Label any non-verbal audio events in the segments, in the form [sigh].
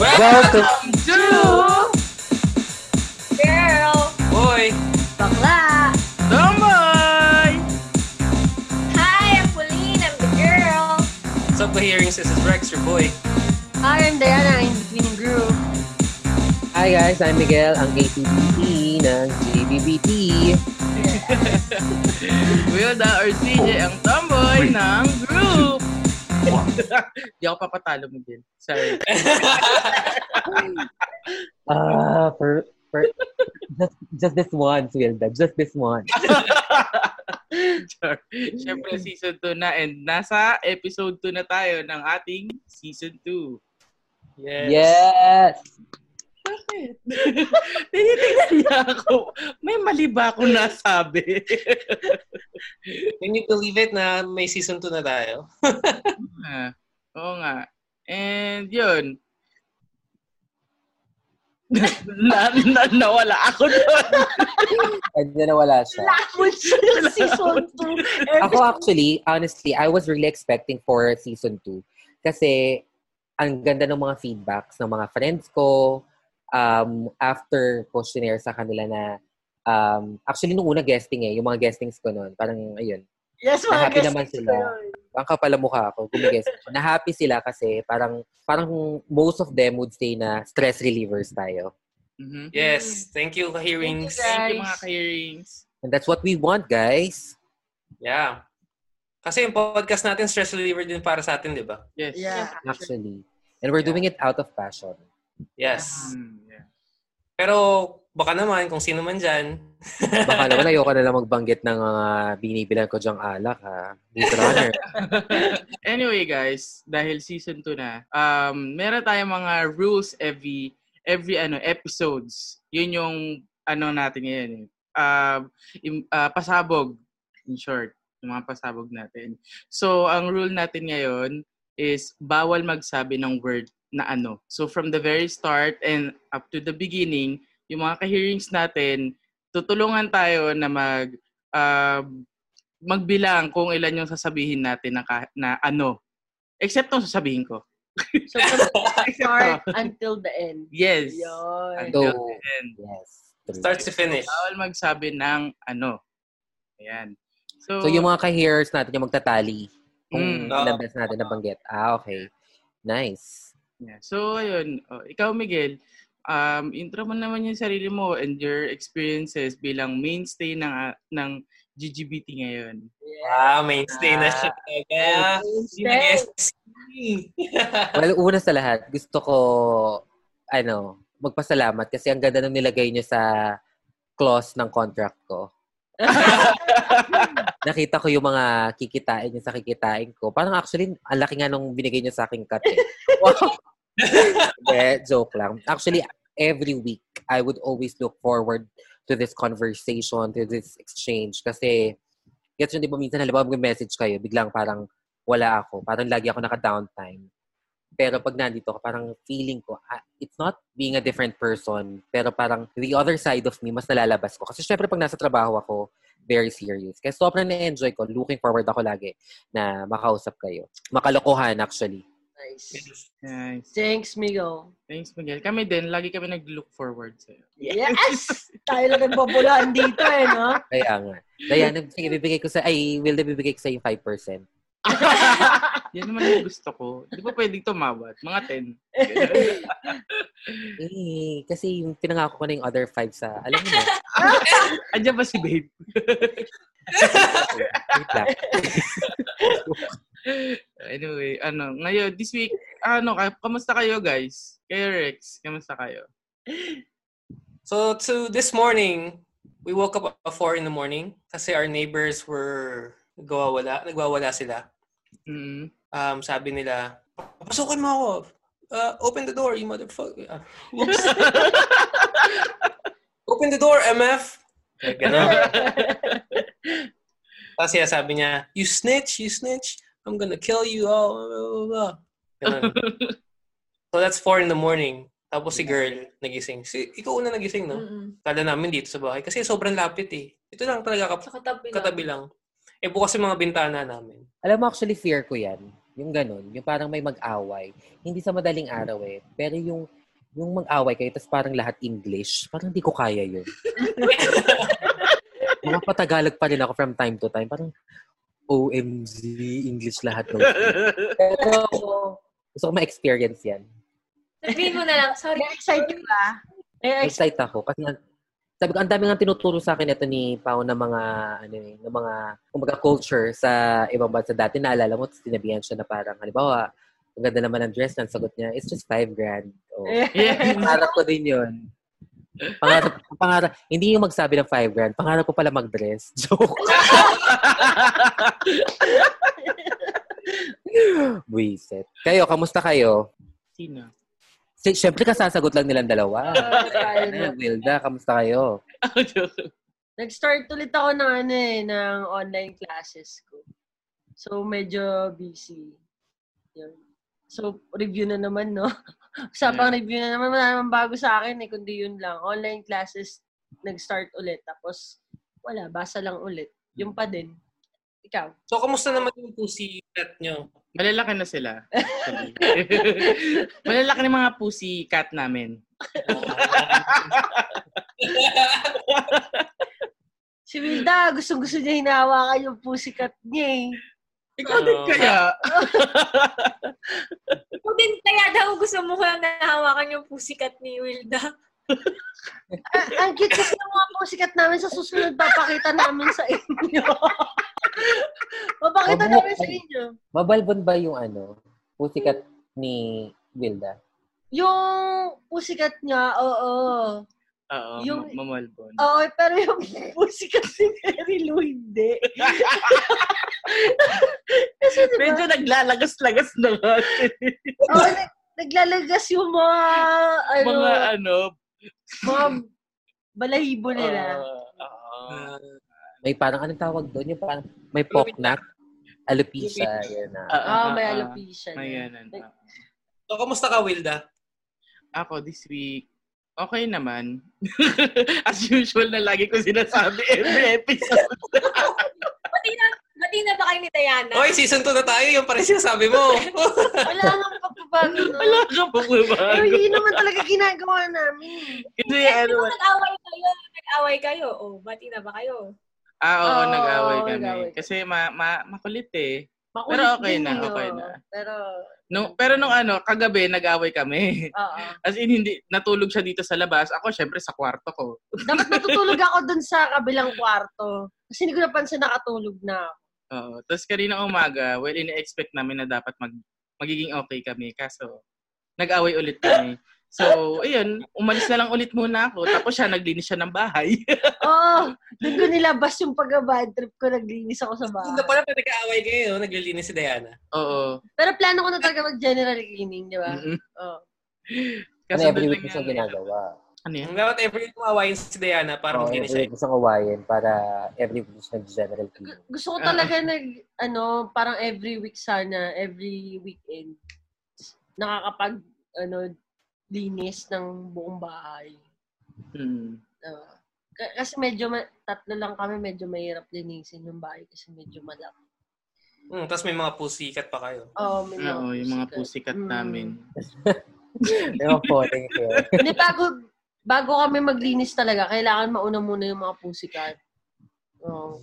Welcome to Girl, Boy bakla. Tambay! Hi, I'm Pauline. I'm the girl. What's up, hearings? This is Rex, your [laughs] boy. Hi, I'm Diana. I'm the Queen Groove. Hi guys, I'm Miguel, ang KTBT ng JBBT. [laughs] Wilda or CJ, ang tomboy ng group. Di ako papatalo mo din. Sorry. [laughs] Ah, for, [laughs] for just, just this once, Wilda. Just this one. Sorry. Siyempre, season 2 na. And nasa episode 2 na tayo ng ating season [laughs] 2. Yes. Yes! Bakit? Tinitingnan niya ako. May mali ba [laughs] akong nasabi? Can you believe it na may season 2 na tayo? Ah, Oo nga. And yun. [laughs] na, na, nawala ako doon. And then nawala siya. Language Season 2. Ako actually, honestly, I was really expecting for season 2. Kasi, ang ganda ng mga feedbacks ng mga friends ko, um, after questionnaire sa kanila na, um, actually, nung una guesting eh, yung mga guestings ko noon, parang, ayun, Yes, mga Happy guests naman ko sila. yun. ang kapal ang mukha ako, gumigest ako. Na-happy sila kasi parang, parang most of them would say na stress relievers tayo. Mhm. Yes. Thank you, hearings. Thank Thank you mga ka-earrings. And that's what we want, guys. Yeah. Kasi yung podcast natin, stress reliever din para sa atin, di ba? Yes. Yeah. Actually. And we're doing it out of passion. Yes. Mm, yeah. Pero baka naman, kung sino man dyan, Baka naman ayoko na lang magbanggit ng mga binibilan ko dyang alak, ha? Miss Runner. [laughs] anyway, guys, dahil season 2 na, um, meron tayong mga rules every every ano episodes. Yun yung ano natin ngayon. eh. Um, im- ah, pasabog in short, yung mga pasabog natin. So, ang rule natin ngayon is bawal magsabi ng word na ano. So, from the very start and up to the beginning, yung mga ka-hearings natin, tutulungan tayo na mag um, magbilang kung ilan yung sasabihin natin na, ka- na ano. Except nung sasabihin ko. So, from the [laughs] Except start to. until the end. Yes. Yun. Until So- the end. Yes. true. start to finish. Bawal magsabi ng ano. Ayan. So, So, yung mga ka-hearers natin, yung magtatali. Kung Mm. mm, natin nabanggit. Ah, okay. Nice. yeah. So, ayun. Oh, ikaw, Miguel, um, intro mo naman yung sarili mo and your experiences bilang mainstay ng, ah, ng GGBT ngayon. Ah, mainstay na siya talaga. Yes. Well, una sa lahat, gusto ko, ano, magpasalamat kasi ang ganda ng nilagay nyo sa clause ng contract ko. Nakita ko yung mga kikitain nyo sa kikitain ko. Parang actually, ang laki nga nung binigay nyo sa aking cut eh. Hindi, joke lang. Actually, every week, I would always look forward to this conversation, to this exchange. Kasi, gets yun, di ba minsan, halimbawa, mag-message kayo, biglang parang wala ako. Parang lagi ako naka-downtime. Pero pag nandito ka, parang feeling ko, ah, it's not being a different person, pero parang the other side of me, mas nalalabas ko. Kasi syempre, pag nasa trabaho ako, very serious. Kaya sobrang na-enjoy ko. Looking forward ako lagi na makausap kayo. Makalokohan, actually. Nice. Nice. Thanks, Migo. Thanks, Miguel. Kami din, lagi kami nag-look forward sa'yo. Yes! Tayo lang nagbabulaan dito eh, no? Kaya nga. Diana, sige, bibigay ko sa, ay, will na bibigay ko sa yung 5%. Yan naman yung gusto ko. Di ba pwedeng tumawad? Mga 10. Eh, kasi yung pinangako ko na yung other 5 sa, alam mo na. [laughs] Andiyan ba si babe? Wait lang. anyway, ano, ngayon, this week, ano, ka- kamusta kayo guys? Kayo Rex, kamusta kayo? So, to this morning, we woke up at 4 in the morning kasi our neighbors were nagwawala, nagwawala sila. Mm. um, sabi nila, papasokan mo ako. Uh, open the door, you motherfucker. Ah, whoops. open the door, MF. Like, Ganun. [laughs] [laughs] Tapos siya sabi niya, you snitch, you snitch. I'm gonna kill you all. Blah, blah, blah. Ganun. so that's 4 in the morning. Tapos si girl, nagising. Si, ikaw una nagising, no? Mm-mm. Kala namin dito sa bahay. Kasi sobrang lapit eh. Ito lang talaga, kap- Sa katabi lang. katabi lang. Eh, bukas yung mga bintana namin. Alam mo, actually, fear ko yan. Yung ganun. Yung parang may mag-away. Hindi sa madaling araw eh. Pero yung yung mag-away kayo, tapos parang lahat English. Parang hindi ko kaya yun. Mga patagalog pa rin ako from time to time. Parang, OMG, English lahat. ng- Pero, gusto ko ma-experience yan. Sabihin mo na lang, sorry. excited ba? Eh, ex- Excited ako. Kasi nga, sabi ko, ang dami nga tinuturo sa akin ito ni Pao ng mga, ano eh, ng mga, kumbaga culture sa ibang bansa dati. Naalala mo, tapos tinabihan siya na parang, halimbawa, ang ganda naman ng dress, ang sagot niya, it's just five grand. Oh. [laughs] Yeah. Pangarap ko din yun. Pangarap, pangarap, hindi yung magsabi ng five grand. Pangarap ko pala mag-dress. [laughs] Joke. Buisit. Kayo, kamusta kayo? Sino? Si- Siyempre, kasasagot lang nilang dalawa. tayo na. Ano, [laughs] Wilda, kamusta kayo? Oh, Nag-start ulit ako ng ano eh, ng online classes ko. So, medyo busy. Yun. So, review na naman, no? [laughs] Usapang review na naman. Wala naman bago sa akin eh, kundi yun lang. Online classes, nag-start ulit. Tapos, wala, basa lang ulit. Yung pa din. Ikaw. So, kamusta naman yung pussy cat nyo? Malalaki na sila. [laughs] actually. Malalaki na mga pussy cat namin. Si Wilda, gustong-gusto niya hinahawakan yung pusikat niya eh. Ikaw din Oo. kaya? Kung din kaya daw gusto mo kang nahawakan yung pusikat ni Wilda. A- ang cute kasi ng mga pusikat namin sa susunod, papakita namin sa inyo. [laughs] papakita Wag mo- namin sa inyo. Mabalbon ba yung ano? Pusikat ni Wilda? Yung pusikat niya, oo. Oo, Yung- Oh, ma- mamalbon. Oo, pero [laughs] yung pusikat ni Mary Lou, hindi. kasi diba, Medyo naglalagas-lagas na nga. oo, nag- naglalagas yung mga, ano, mga mga, ano. balahibo Ah. nila. Oo. Ah, May parang, anong tawag doon? Yung parang, may poknak? Alopecia. Yan na. Ano, Oo, Oo, Oh, may oo. alopecia. ah, May na. ganun, oo. So, kamusta ka, Wilda? Ako this week, okay naman. [laughs] As usual na lagi ko sinasabi every episode. Pati na, pati na ba kayo ni Diana? Okay, season 2 na tayo. Yung parang sinasabi mo. [laughs] [laughs] Wala nang [laughs] pagbabago. no? Wala ka pa Pero bumago. yun naman talaga ginagawa namin. Kasi Kasi ano, kung nag-away kayo, nag-away kayo, oh, bati na ba kayo? ah, oo, Oo, nag-away kami. nag-away kami. Kasi ma, ma, makulit eh. Makulit Pero okay din na, yun. okay na. Pero, Mm. No, pero nung ano, kagabi, nag-away kami. [laughs] oo. As in, hindi, natulog siya dito sa labas. Ako, syempre, sa kwarto ko. Dapat natutulog ako dun sa kabilang kwarto. Kasi hindi ko napansin nakatulog na ako. Oo. Tapos kanina umaga, well, ina-expect namin na dapat mag, magiging okay kami. Kaso, nag-away ulit kami. [laughs] So, ayun, umalis na lang ulit muna ako. Tapos siya, naglinis siya ng bahay. [laughs] Oo. Oh, dun ko nilabas yung pagka-bad trip ko. Naglinis ako sa Hindi bahay. pala pa nag-aaway kayo. no? Naglilinis si Diana. Oo. Pero plano ko na talaga mag-general cleaning, di ba? Mm-mm. Diba? Oo. Ano, Kaso every doon week mo lang siyang yan. ginagawa. Ano yan? Ang dapat every week maawayin si Diana para Para oh, maglinis siya. every week mo siyang awayin para every week mo siyang general cleaning. Gusto ko talaga nag, ano, parang every week sana, every weekend, nakakapag, ano, linis ng buong bahay. Hmm. Oo. K- kasi medyo, ma- tatlo lang kami, medyo mahirap linisin yung bahay kasi medyo malaki. Mm, tapos may mga pussy cat pa kayo. Oo, may mga Oo, Ah, oh, yung mga pusikat. pusikat Mm. namin. Yung falling here. Hindi, bago, bago kami maglinis talaga, kailangan mauna muna yung mga pusikat. Oo.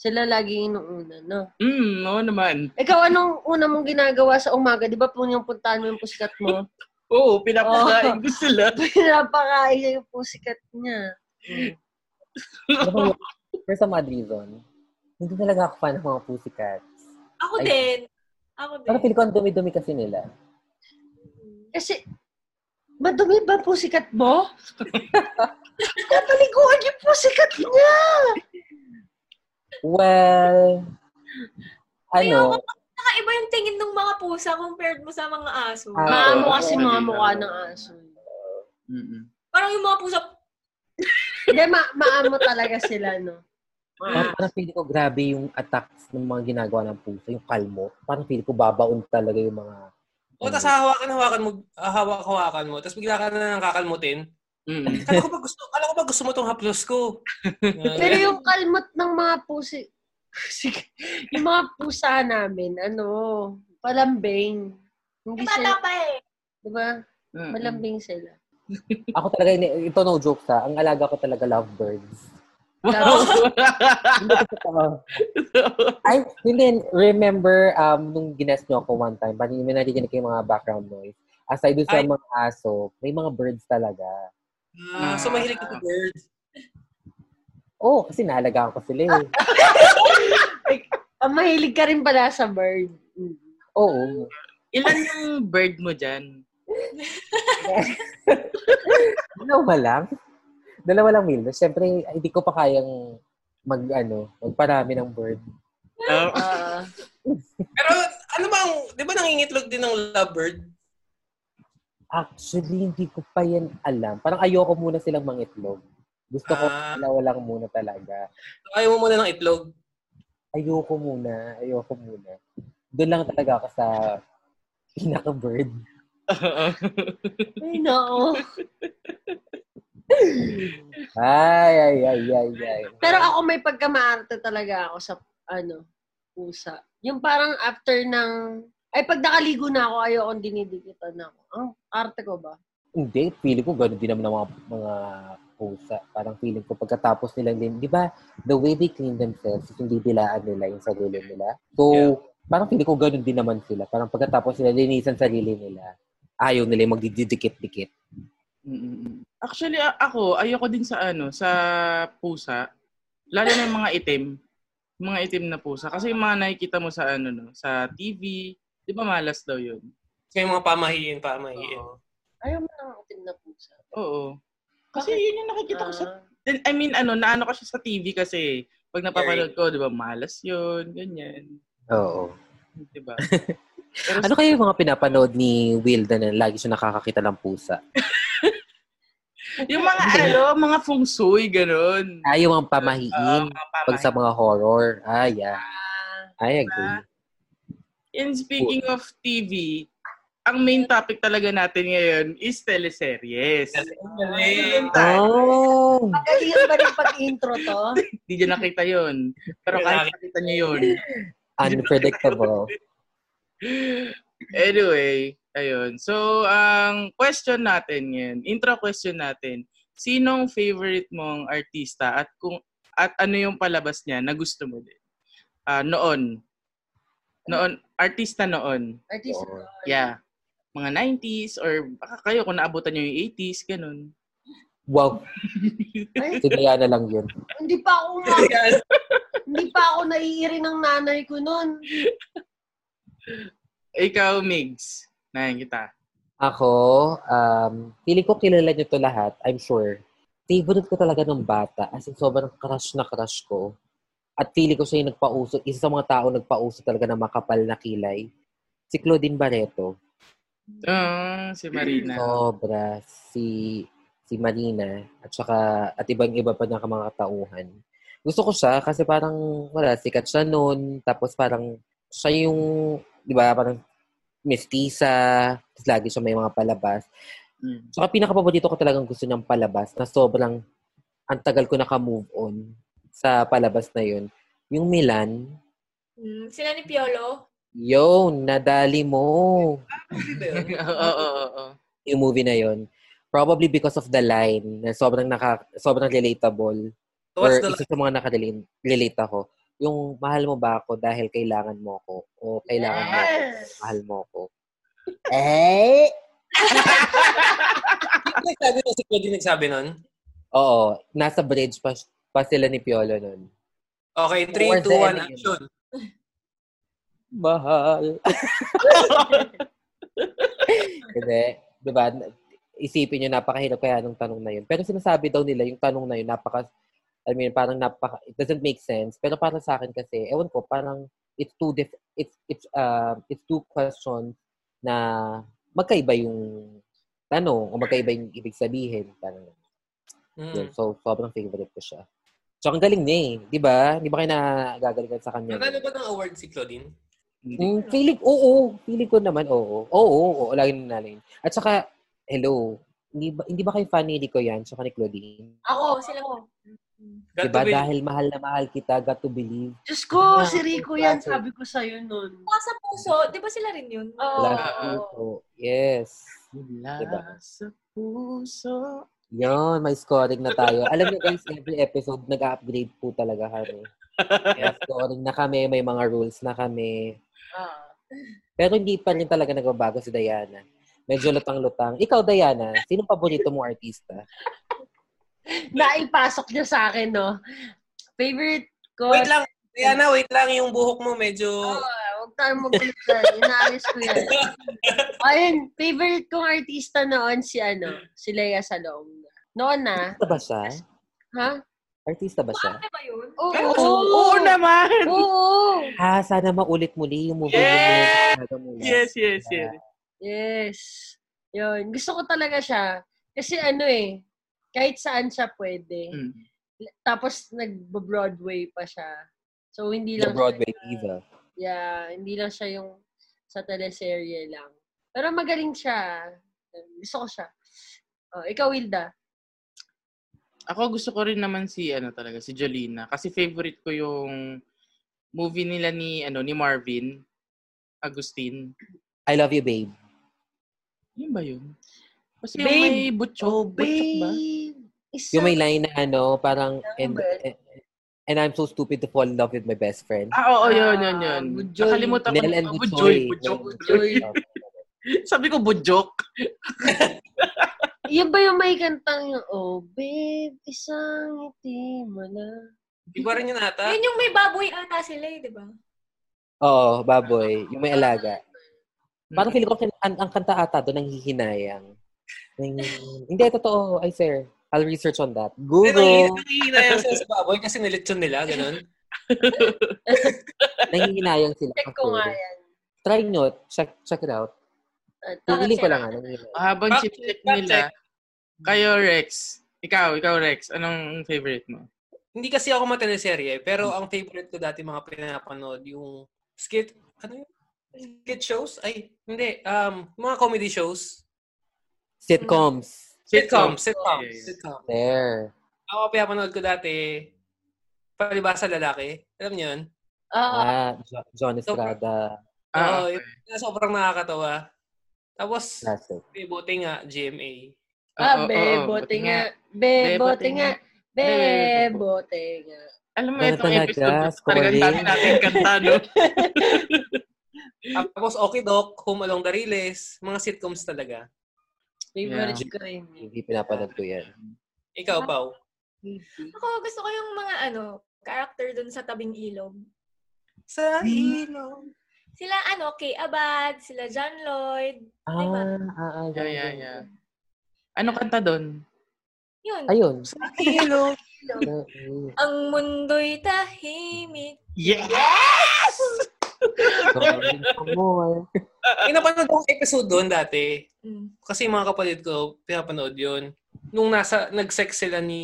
Sila lagi inuuna, no? Hmm, oo naman. Ikaw, anong una mong ginagawa sa umaga? Di ba pun yung puntahan mo yung pusikat [laughs] mo? Oo, pinapakain ko sila. [laughs] Pinapakain niya yung pusikat niya. Ano ba yun? For some odd reason, hindi talaga ako fan ng mga pussycat. Ako Ay. din. Ako din. Parang feeling ko ang dumi-dumi kasi nila. Kasi, madumi ba ang pusikat [laughs] mo? Kapaliguan yung pusikat niya! Well, ano, Ayoko. Nakaiba yung tingin ng mga pusa compared mo sa mga aso. Ah. Mga mo Oo. kasi mga mukha ng aso. Mm-mm. Parang yung mga pusa, Hindi, ma- maamo talaga sila, no? parang, parang feeling ko grabe yung attacks ng mga ginagawa ng pusa, yung kalmo. Parang feeling ko babaon talaga yung mga... O, Hmm. tapos hahawakan-hawakan mo, hawak-hawakan mo, tapos bigla ka na nang kakalmutin. Mm-mm. Kala ko ba gusto, kala ko ba gusto mo tong haplos [laughs] ko? Pero yung [laughs] kalmot ng mga pusi, pusi- yung mga pusa namin, ano, Palambing. Hindi Bata sila, pa eh. di ba? Mm-mm. Malambing sila. Ako talaga, ini- ito no jokes ha. Ang alaga ko talaga lovebirds. [laughs] Wow. Hindi ko totoo. Ay, hindi. Remember, um, nung gines nyo ako one time, paano may narinig kayo mga background noise. Aside dun sa Ay. mga aso, may mga birds talaga. Ah, so mahilig ka sa birds. Oo, oh, kasi nahalagaan ko sila [laughs] eh. Ah, mahilig ka rin pala sa bird. Mm. Oo. Ilan yung bird mo [laughs] dyan? Dalawa lang. Dalawa lang mil. Siyempre, hindi ko pa kayang mag, ano, magparami ng bird. Oh. Ah, Pero ano ba ang, di ba nangingitlog din ng lovebird? Actually, hindi ko pa yan alam. Parang ayoko muna silang mangitlog. Gusto ko Ah. dalawa lang muna talaga. So, ayaw mo muna ng itlog. Ayoko muna. Ayoko muna. Doon lang talaga ako sa pinaka-bird. ay, no. Ay, ay, ay, ay, ay. Pero ako may pagkamaarte talaga ako sa, ano, pusa. Yung parang after ng, ay pag nakaligo na ako, ayokong dinidikitan na ako. Ang arte ko ba? Hindi, feeling ko gano'n din naman ang mga, mga pusa. Parang feeling ko pagkatapos nilang din, di ba, the way they clean themselves, hindi dilaan nila yung sarili nila. So, Yeah. parang feeling ko gano'n din naman sila. Parang pagkatapos nila linisan sarili nila, ayaw nila yung magdidikit-dikit. Mm-mm. Actually, a- ako, ayoko din sa ano, sa pusa. Lalo na yung mga itim. Yung Mga itim na pusa. Kasi yung mga nakikita mo sa ano, no, sa TV, di ba malas daw yun? So, yung mga pamahiin, pamahiin. Ayaw mo nang itim na pusa. Oo. Kasi yun yung nakikita ko sa... Ah. Then, I mean, ano, naano ko siya sa TV kasi pag napapanood ko, di ba, malas yun, ganyan. Oo. Di ba? [laughs] Ano kaya yung mga pinapanood ni Wilda na lagi siya nakakakita ng pusa? Yung mga, ano, mga feng shui, ganun. Ay, yung mga Oo, pamahiin. mga pag sa pamahiin. mga horror. Ah, yeah. Ah. I agree. And speaking of TV, ang main topic talaga natin ngayon is teleseries. Ayun tayo. Oh! Magalingan ba rin pag-intro to? Hindi nyo nakita yun. Pero kahit nakita nyo yun. Unpredictable. Anyway, ayun. So, ang question natin ngayon, intro question natin, sinong favorite mong artista at kung at ano yung palabas niya na gusto mo din? Ah, noon. Noon, artista noon. Artist. Oo. Yeah. Mga 90s or baka kayo kung naabutan nyo yung 80s, ganun. Wow, Ay, sinaya na lang yun. hindi pa ako ma- hindi pa ako naiiri ng nanay ko noon. Ikaw, Migs. Nayan kita. Ako, um, feeling ko kilala niyo to lahat. I'm sure. Favorite ko talaga nung bata. As in, sobrang crush na crush ko. At feeling ko siya yung nagpauso. Isa sa mga tao nagpauso talaga ng makapal na kilay. Si Claudine Barreto. Ah, si Marina. Sobra. Si si Marina. At saka, at ibang iba pa niya mga katauhan. Gusto ko siya kasi parang, wala, sikat siya noon. Tapos parang, siya yung, di ba, parang mestiza. Tapos lagi siya may mga palabas. Mm. [laughs] Tsaka pinakapaborito ko talagang gusto niyang palabas na sobrang ang tagal ko naka-move on sa palabas na yun. Yung Milan, Hmm, sila ni Piolo. yo, nadali mo. Oo, oo, oo, oo. Yung movie na yun. Probably because of the line na sobrang, naka, sobrang relatable. So, what's or the isa sa mga nakarelate ako. Yung mahal mo ba ako dahil kailangan mo ako? O kailangan mo ako, Yes. mahal mo ako? eh? Ano nagsabi nun? Si Cody nagsabi nun? Oo. Nasa bridge pa, pa sila ni Piolo nun. Okay, 3, 2, 1, Towards the end. action. Mahal. [laughs] Hindi. Diba? Isipin nyo, napakahirap kaya nung tanong na yun. Pero sinasabi daw nila, yung tanong na yun, napaka, I mean, parang napaka, it doesn't make sense. Pero para sa akin kasi, ewan ko, parang it's two diff, it's, it's, um it's two questions na magkaiba yung tanong o magkaiba yung ibig sabihin. Parang, yun. Hmm. So, sobrang favorite ko siya. So, ang galing niya eh. Di ba? Di ba kayo nagagalingan sa kanya? Nanalo ba ng award si Claudine? Mm, feeling, oo. Feeling ko naman, oo. Oo, oo, oo lagi nanalo yun. At saka, hello, hindi ba, hindi ba kayo fan ni Rico yan? Tsaka ni Claudine? Ako, sila ko. Got diba? to be- Dahil mahal na mahal kita, got to believe. Diyos ko, Ah, si Rico yung yan. klase. Sabi ko sa'yo nun. Mga sa puso, di ba sila rin yun? Oo. Last Oo. puso. Yes. Mula Diba? sa puso. Yun, may scoring na tayo. Alam niyo guys, every episode nag-upgrade po talaga kami. May scoring na kami, may mga rules na kami. Pero hindi pa rin talaga nagbabago si Diana. Medyo lutang-lutang. Ikaw, Diana, sino paborito mong artista? Naipasok niya sa akin, no? Favorite ko. Wait lang. Diana, wait lang. Yung buhok mo medyo... Oo, ah, huwag tayong magulit dyan. Inaayos ko yan. Ayun, favorite kong artista noon si ano, si Lea Salong. Noon na. Artista ba siya? Ha? Artista ba siya? Ano ba yun? Oo. Ay, oo, oo naman! Oo. Ha, Ah, sana maulit muli yung movie Yes! mo. Sana muli. Yes, yes, yes. Yes. Yun. Gusto ko talaga siya. Kasi ano eh, kahit saan siya pwede. Mm. Tapos nag-Broadway pa siya. So, hindi The lang Broadway Diva. Yeah, hindi lang siya yung sa teleserye lang. Pero magaling siya. Gusto ko siya. Oh, ikaw, Wilda. Ako gusto ko rin naman si ano talaga si Jolina kasi favorite ko yung movie nila ni ano ni Marvin Agustin. I love you, babe. Yun ba yun? Kasi Babe! yung may butchok, butchok ba? Isa, Yung may line na ano, parang, and, Ano ba? and I'm so stupid to fall in love with my best friend. Ah, oo, yun, yun, Ah, yun. Budjoy. Nakalimutan ko. Nel and Ah, Budjoy, Buchoy. Budjok, Budjoy. [laughs] Sabi ko, Budjok. yun ba yung may kantang yung, oh, babe, isang ngiti mo na. Iba rin yun ata. Yun yung may baboy ata sila eh, di ba? Oo, baboy. Yung may alaga. Parang feeling ko kin- ang, ang kanta ata doon ang hihinayang. Nanghihinayang. Hindi, totoo. Ay, sir. I'll research on that. Pero Google. nangihinayang sila sa baboy kasi nilitsyon nila, ganun. Nanghihinayang sila. Check ko nga eh. yan. Ah, Try nyo. Check, check it out. At, Pipili ko lang. Ano, Habang Fact check, chip-check fact nila, kayo, Rex. Ikaw, ikaw, Rex. Anong favorite mo? Hindi kasi ako mateleserye, pero ang favorite ko dati mga pinapanood, yung skit, ano yun? Skit shows? Ay, hindi. Um, mga comedy shows. Sitcoms. Sitcom, Sitcoms. sitcom, Yes. sitcom. There. Ako pinapanood ko dati, palibasa lalaki. Alam niyo yun? ah, Ah, Jo- John Estrada. Oo, Ah, yun. na sobrang nakakatawa. Tapos, Classic. eh, buti nga, GMA. ah, oo, oo, oo, bebote buti nga. Bebote Bebote nga. nga. Bebote nga. Alam mo, Ano itong talaga? episode na to, talagang Scoring. dami nating kanta, [laughs] no? Tapos, Okidok, Home Along the Riles, mga sitcoms talaga. Favorite Yeah. ko rin. yun. Hindi pinapanood ko yan. Ikaw, Pao. Ako gusto ko yung mga ano, character dun sa tabing ilog. Sa ilaw. Sila ano, Kay Abad, sila John Lloyd. Ah, Diba? ah, ah. Yeah, ganun, yeah, ganun. yeah. Anong kanta doon? Yun. Ayun. Sa ilaw. Ang mundo'y tahimik. Yeah! Amor. Pinapanood Eh, ko yung episode doon dati. Mm. Kasi yung mga kapalit ko, pinapanood yun. Nung nasa, nag-sex sila ni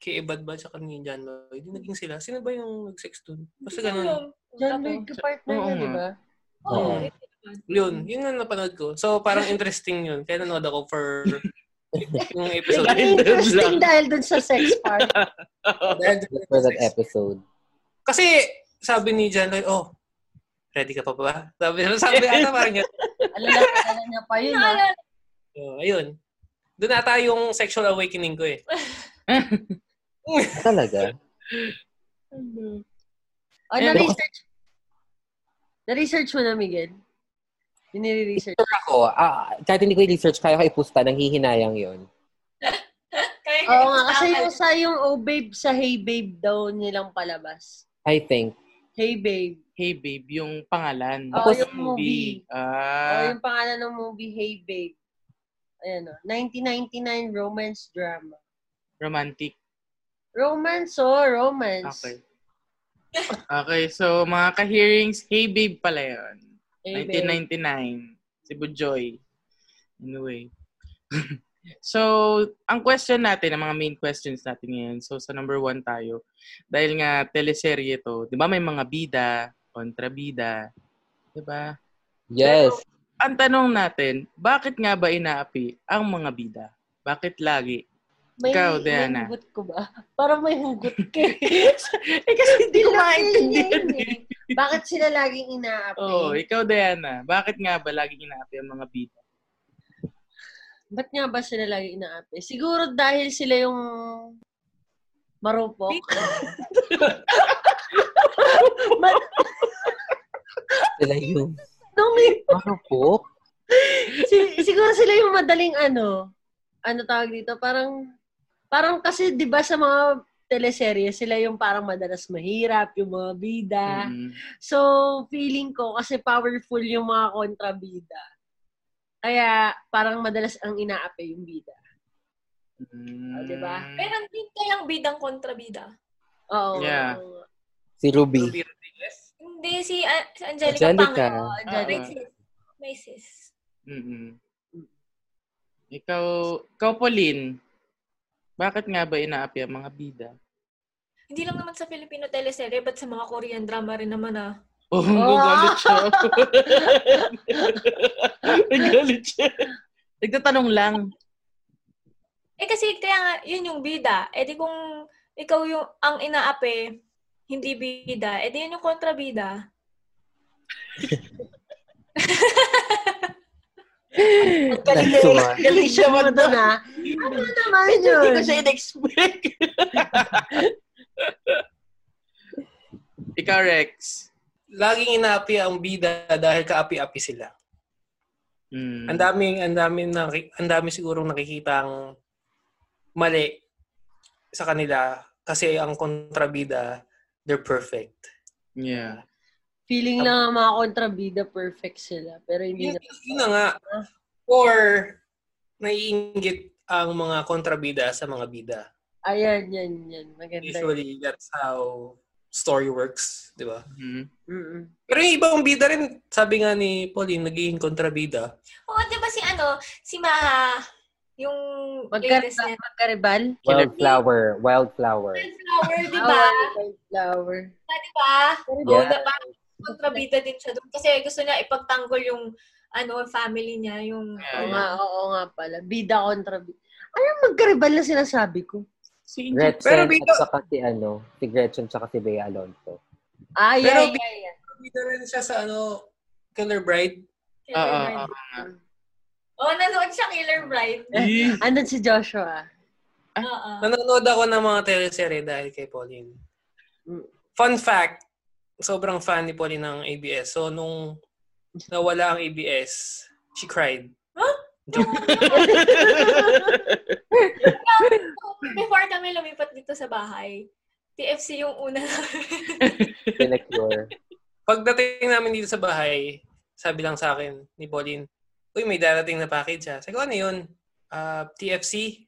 Kay Ebad ba, tsaka ni John Lloyd, yung naging sila. Sino ba yung nag-sex doon? Basta ganun. John Lloyd ka partner Oo niya, nga. di ba? Oo. Oh, Oo. Yun, yun ang napanood ko. So, parang interesting yun. Kaya nanood ako for yung episode. Dahil doon Interesting lang. dahil dun sa sex [laughs] part. Dahil Look for that episode. Kasi, sabi ni John Lloyd, oh, ready ka pa ba? Sabi, sabi ata parang yun. Alala, alala niya pa yun, ah. ha? Naalala Oh, ayun. Doon ata yung sexual awakening ko eh. Talaga? Oh, Ayun. na-research. Na-research mo na, Miguel? [laughs] Binire-research. Ako, ah, kahit hindi ko i-research, kaya ko ipusta, nang hihinayang yun. Kaya Oo nga, kasi yung sa yung Oh Babe sa Hey Babe daw nilang palabas. I think. Hey Babe. Hey Babe, yung pangalan. Oo, ng Oh, yung movie. Oh, Ah, yung pangalan ng movie, Hey Babe. Ayan o. 1999 romance drama. romantic. Romance oh, romance. Okay. Okay, so mga ka-hearings, Hey Babe pala yun. Hey Babe. 1999. Si Bujoy. Anyway. [laughs] so, ang question natin, ang mga main questions natin ngayon. So, sa number one tayo. Dahil nga, teleserye to. Di ba may mga bida, kontrabida. Di ba? Yes. Ang tanong natin, bakit nga ba inaapi ang mga bida? Bakit lagi? [laughs] May, Ikaw, Diana. may hugot ko ba? [laughs] Parang may hugot ka. [laughs] eh kasi hindi ko maintindihan. eh. Bakit sila laging ina-apply? Oo, oh, ikaw Diana, bakit nga ba lagi hinaapi ang mga bida? Ba't nga ba sila lagi inaapi? Siguro dahil sila yung marupok. Man- Sila Ano yung nung, marupok. [laughs] si- siguro sila yung madaling ano, ano tawag dito, parang, parang kasi di ba sa mga teleserye, sila yung parang madalas mahirap, yung mga bida. Mm. So, feeling ko, kasi powerful yung mga kontrabida. Kaya, parang madalas ang inaapi yung bida. Mm. Oh, diba? Meron din kayang bidang kontrabida. Oo. Yeah. oo. Si Ruby. Ruby Rodriguez? Hindi, si, ah, si Angelica, Angelica. Panginoon. Angelica. May sis. May sis. Mm-mm. Ikaw, ikaw Pauline, bakit nga ba inaapi ang mga bida? [laughs] Hindi lang naman sa Filipino teleserye, but sa mga Korean drama rin naman ah. Oh, gugalit [laughs] siya. Nagalit siya. Nagtatanong lang. Eh kasi kaya nga, yun yung bida. Eh di kung ikaw yung ang inaape, hindi bida, eh di yun yung kontrabida. Galing That's na- one. Galing siya mo doon, ha? Ano naman yun? Hindi ko siya in-expect. Ikaw, Rex. Laging inaapi ang bida dahil kaapi-api sila. Mm. Ang daming ang daming naki- ang dami sigurong nakikitang mali sa kanila kasi ang kontrabida they're perfect. Yeah. Feeling lang ang mga kontrabida perfect sila. Pero hindi Yun, na. yun na nga. Or naiinggit ang mga kontrabida sa mga bida. Ayan, yan, yan. Maganda. yun. Usually that's how story works, 'di ba? Mm. Mm-mm. Pero yung ibang bida rin, sabi nga ni Pauline, naging kontrabida. Oo, di ba si ano, si Maha, yung Magkari- latest niya. Magkaribal? Wildflower. Wildflower. Flower, di ba? Flower, flower. Ah, Di ba? Yeah. Oo, na parang kontrabida din siya doon. Kasi gusto niya ipagtanggol yung ano, family niya, yung... Oo Yeah, nga, yeah. oo nga pala. Bida kontrabida. Ano magkaribal na sinasabi ko? Si Angel- Gretchen Pero at bida, saka si ano, si Gretchen at saka si Bea Alonso. Ah, Pero yeah, bi- yeah, yeah. bida rin siya sa ano, Killer Bride. Killer Oo, Bride. oo, nga. Oo, nanood siya Killer Bride. ah. Eh, Andun si Joshua. Oo. Nanonood ako ng mga teleserye dahil kay Pauline. Mm. Fun fact, sobrang fan ni Pauline ng ABS. So, nung nawala ang ABS, she cried. Before kami lumipat dito sa bahay, TFC yung una. [laughs] Sinecure. Pagdating namin dito sa bahay, sabi lang sa akin ni Pauline, Uy, may darating na package ha. Sabi ko, ano yun? Ah, TFC?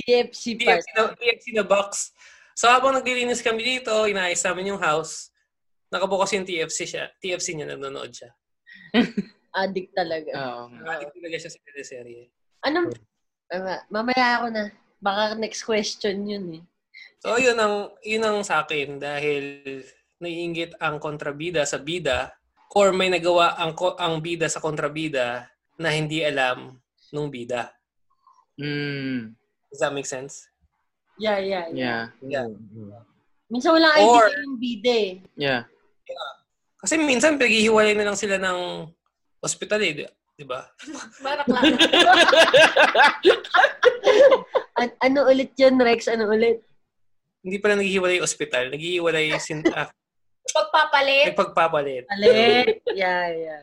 TFC pa. TFC na, TFC na box. So habang naglilinis kami dito, inaayos namin yung house, nakabukas yung TFC siya. TFC niya, nanonood siya. Addict talaga. Oo nga. Adik talaga siya sa teleserye. Anong, Ama, mamaya ako na. Baka next question yun eh. So yun ang, yun ang sa akin dahil naiingit ang kontrabida sa bida or may nagawa ang, ko- ang bida sa kontrabida na hindi alam nung bida. Mm. Does that make sense? Yeah, yeah, yeah. Yeah. Yeah. Mm-mm. Minsan walang Or- idea yung bida eh. Yeah. Kasi minsan paghihiwalay na lang sila ng hospital eh, di- di ba? Maraklama. An- ano ulit yun, Rex? Ano ulit? Hindi pala naghihiwalay hospital, naghihiwalay sin, ah, may Pagpapalit. pagpapalit. Eh, Mali. [laughs] Yeah, yeah.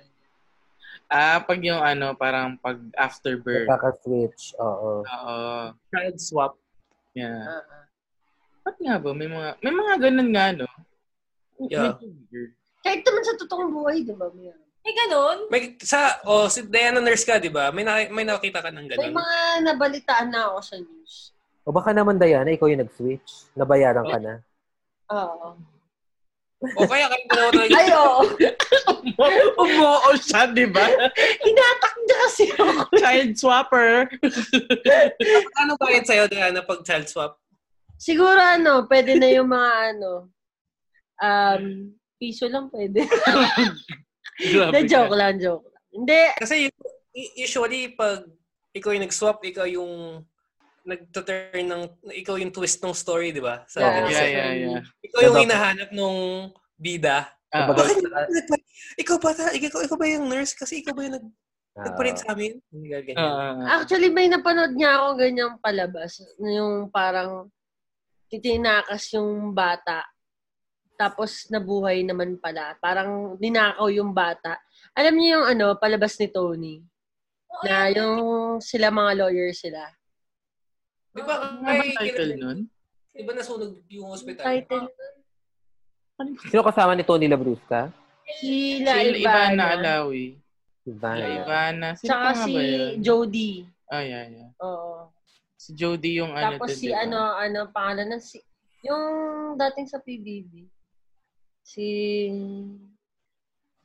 Ah, pag yung ano, parang pag afterbirth. Nakaka-switch. Oo. Oo. Child swap. Yeah. Uh-uh. Ba't nga ba? May mga, may mga ganun nga, no? Yeah. Medyo [laughs] weird. Kahit naman sa totoong buhay, di ba? May, Eh, ganun. May sa oh si Diana nurse ka, 'di ba? May naki, may nakita ka ng may ganun. mga nabalitaan na ako sa news. O baka naman, Diana, ikaw yung nag-switch. Nabayaran ka na. [laughs] Oo. O kaya kayo [laughs] dalawa talaga. Ay, oo. Umuo siya, di ba? Hinatak niya kasi ako. Child swapper. Ano bayad sa'yo, Diana, pag child swap? Siguro ano, pwede na yung mga ano, um, piso lang pwede. Grabe Na [laughs] joke ka. lang, joke lang. Hindi, Kasi u- usually, pag ikaw yung nag-swap, ikaw yung nagto-turn ng ikaw yung twist ng story, 'di ba? Sa Yeah. Yeah, yeah, yeah. Ikaw yung Diba? hinahanap nung bida. Ah, Kumbaga, Bakit nagpa- ikaw ba ta? Ikaw, ikaw ba yung nurse kasi ikaw ba yung nag, Oh, nagpalit sa amin? Hindi ka ah, ganyan. ah, ah. Actually, may napanood niya ako ganyang palabas. Yung parang titinakas yung bata. Tapos nabuhay naman pala. Parang ninakaw yung bata. Alam niyo yung ano, palabas ni Tony. Oo, Na yung sila mga lawyer sila. 'Di ba? Ano ba Ay, ang title nun? 'Di ba nasunog yung hospital? Title, Ah. Sino kasama ni Tony Labrusca? Hila Si Ivana Ivana. Ah, Alawi. Si Diba? Yeah. Ivana. Sino pa Tsaka nga si ba yun? Jody. Ah, yeah, yeah. Oo. Si Jody yung ano. Tapos dun, si di ba? ano, ano, pangalan ng si... Yung dating sa PBB. Si...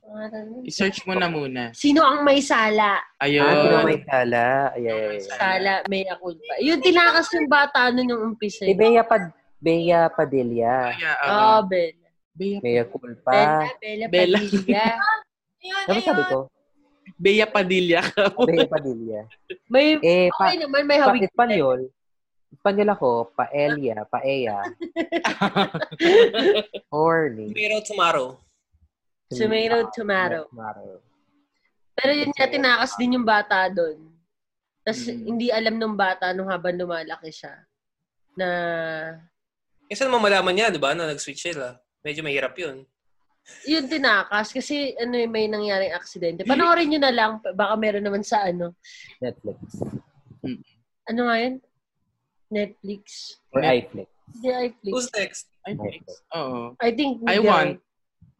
Pangalan nun? I-search mo na muna. Sino ang may sala? Ayun. Ah, sino may sala? May Ayan. Sala, may akulpa. Yung tinakas yung bata nun yung umpisa. Si Bea, Pad Bea Padilla. Yeah, Oh, ah, Bella. Bea, Bea Culpa. Bella, Bella, Bella. Padilla. Yun, Ano sabi ayun. ko? Bea Padilla ka. Bea Padilla. May, Eh, pa, okay naman, may pa, hawig. Espanyol. Espanyol ako, paella, [laughs] paella. Horny. Pero tomorrow. Tomato, tomato. Tomato. Pero yun nga, tinakas din yung bata doon. Tapos Mm. hindi alam nung bata nung habang lumalaki siya na Minsan mamalaman niya, 'di ba, na nag-switch sila. Medyo mahirap 'yun. yun tinakas kasi ano eh, may nangyaring aksidente. Panoorin nyo na lang. Baka meron naman sa ano. Netflix. Ano nga yun? Netflix. Or Net- iFlix. Hindi, iFlix. Who's next? I think. Oo. I think I media. want.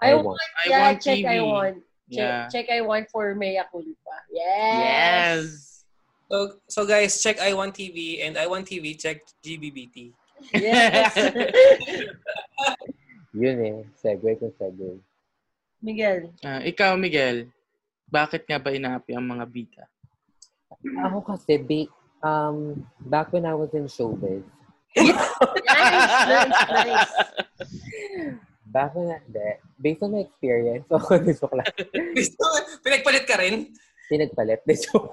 I, I want. want. I yeah, want check TV. I want. Check, Yeah. check I want for Mea Culpa. Yes! Yes. So, so guys, check I Want TV and I Want TV check GBBT. [laughs] Yes! Yun eh. Segue kung segue. Miguel. Ah, ikaw, Miguel. Bakit nga ba inaapi ang mga bida? Ako kasi, ba- um, back when I was in showbiz, Nice, nice, [laughs] nice. back when I, de, based on my experience, [laughs] ako, di joke lang, Gusto, [laughs] pinagpalit ka rin? pinagpalit, di joke.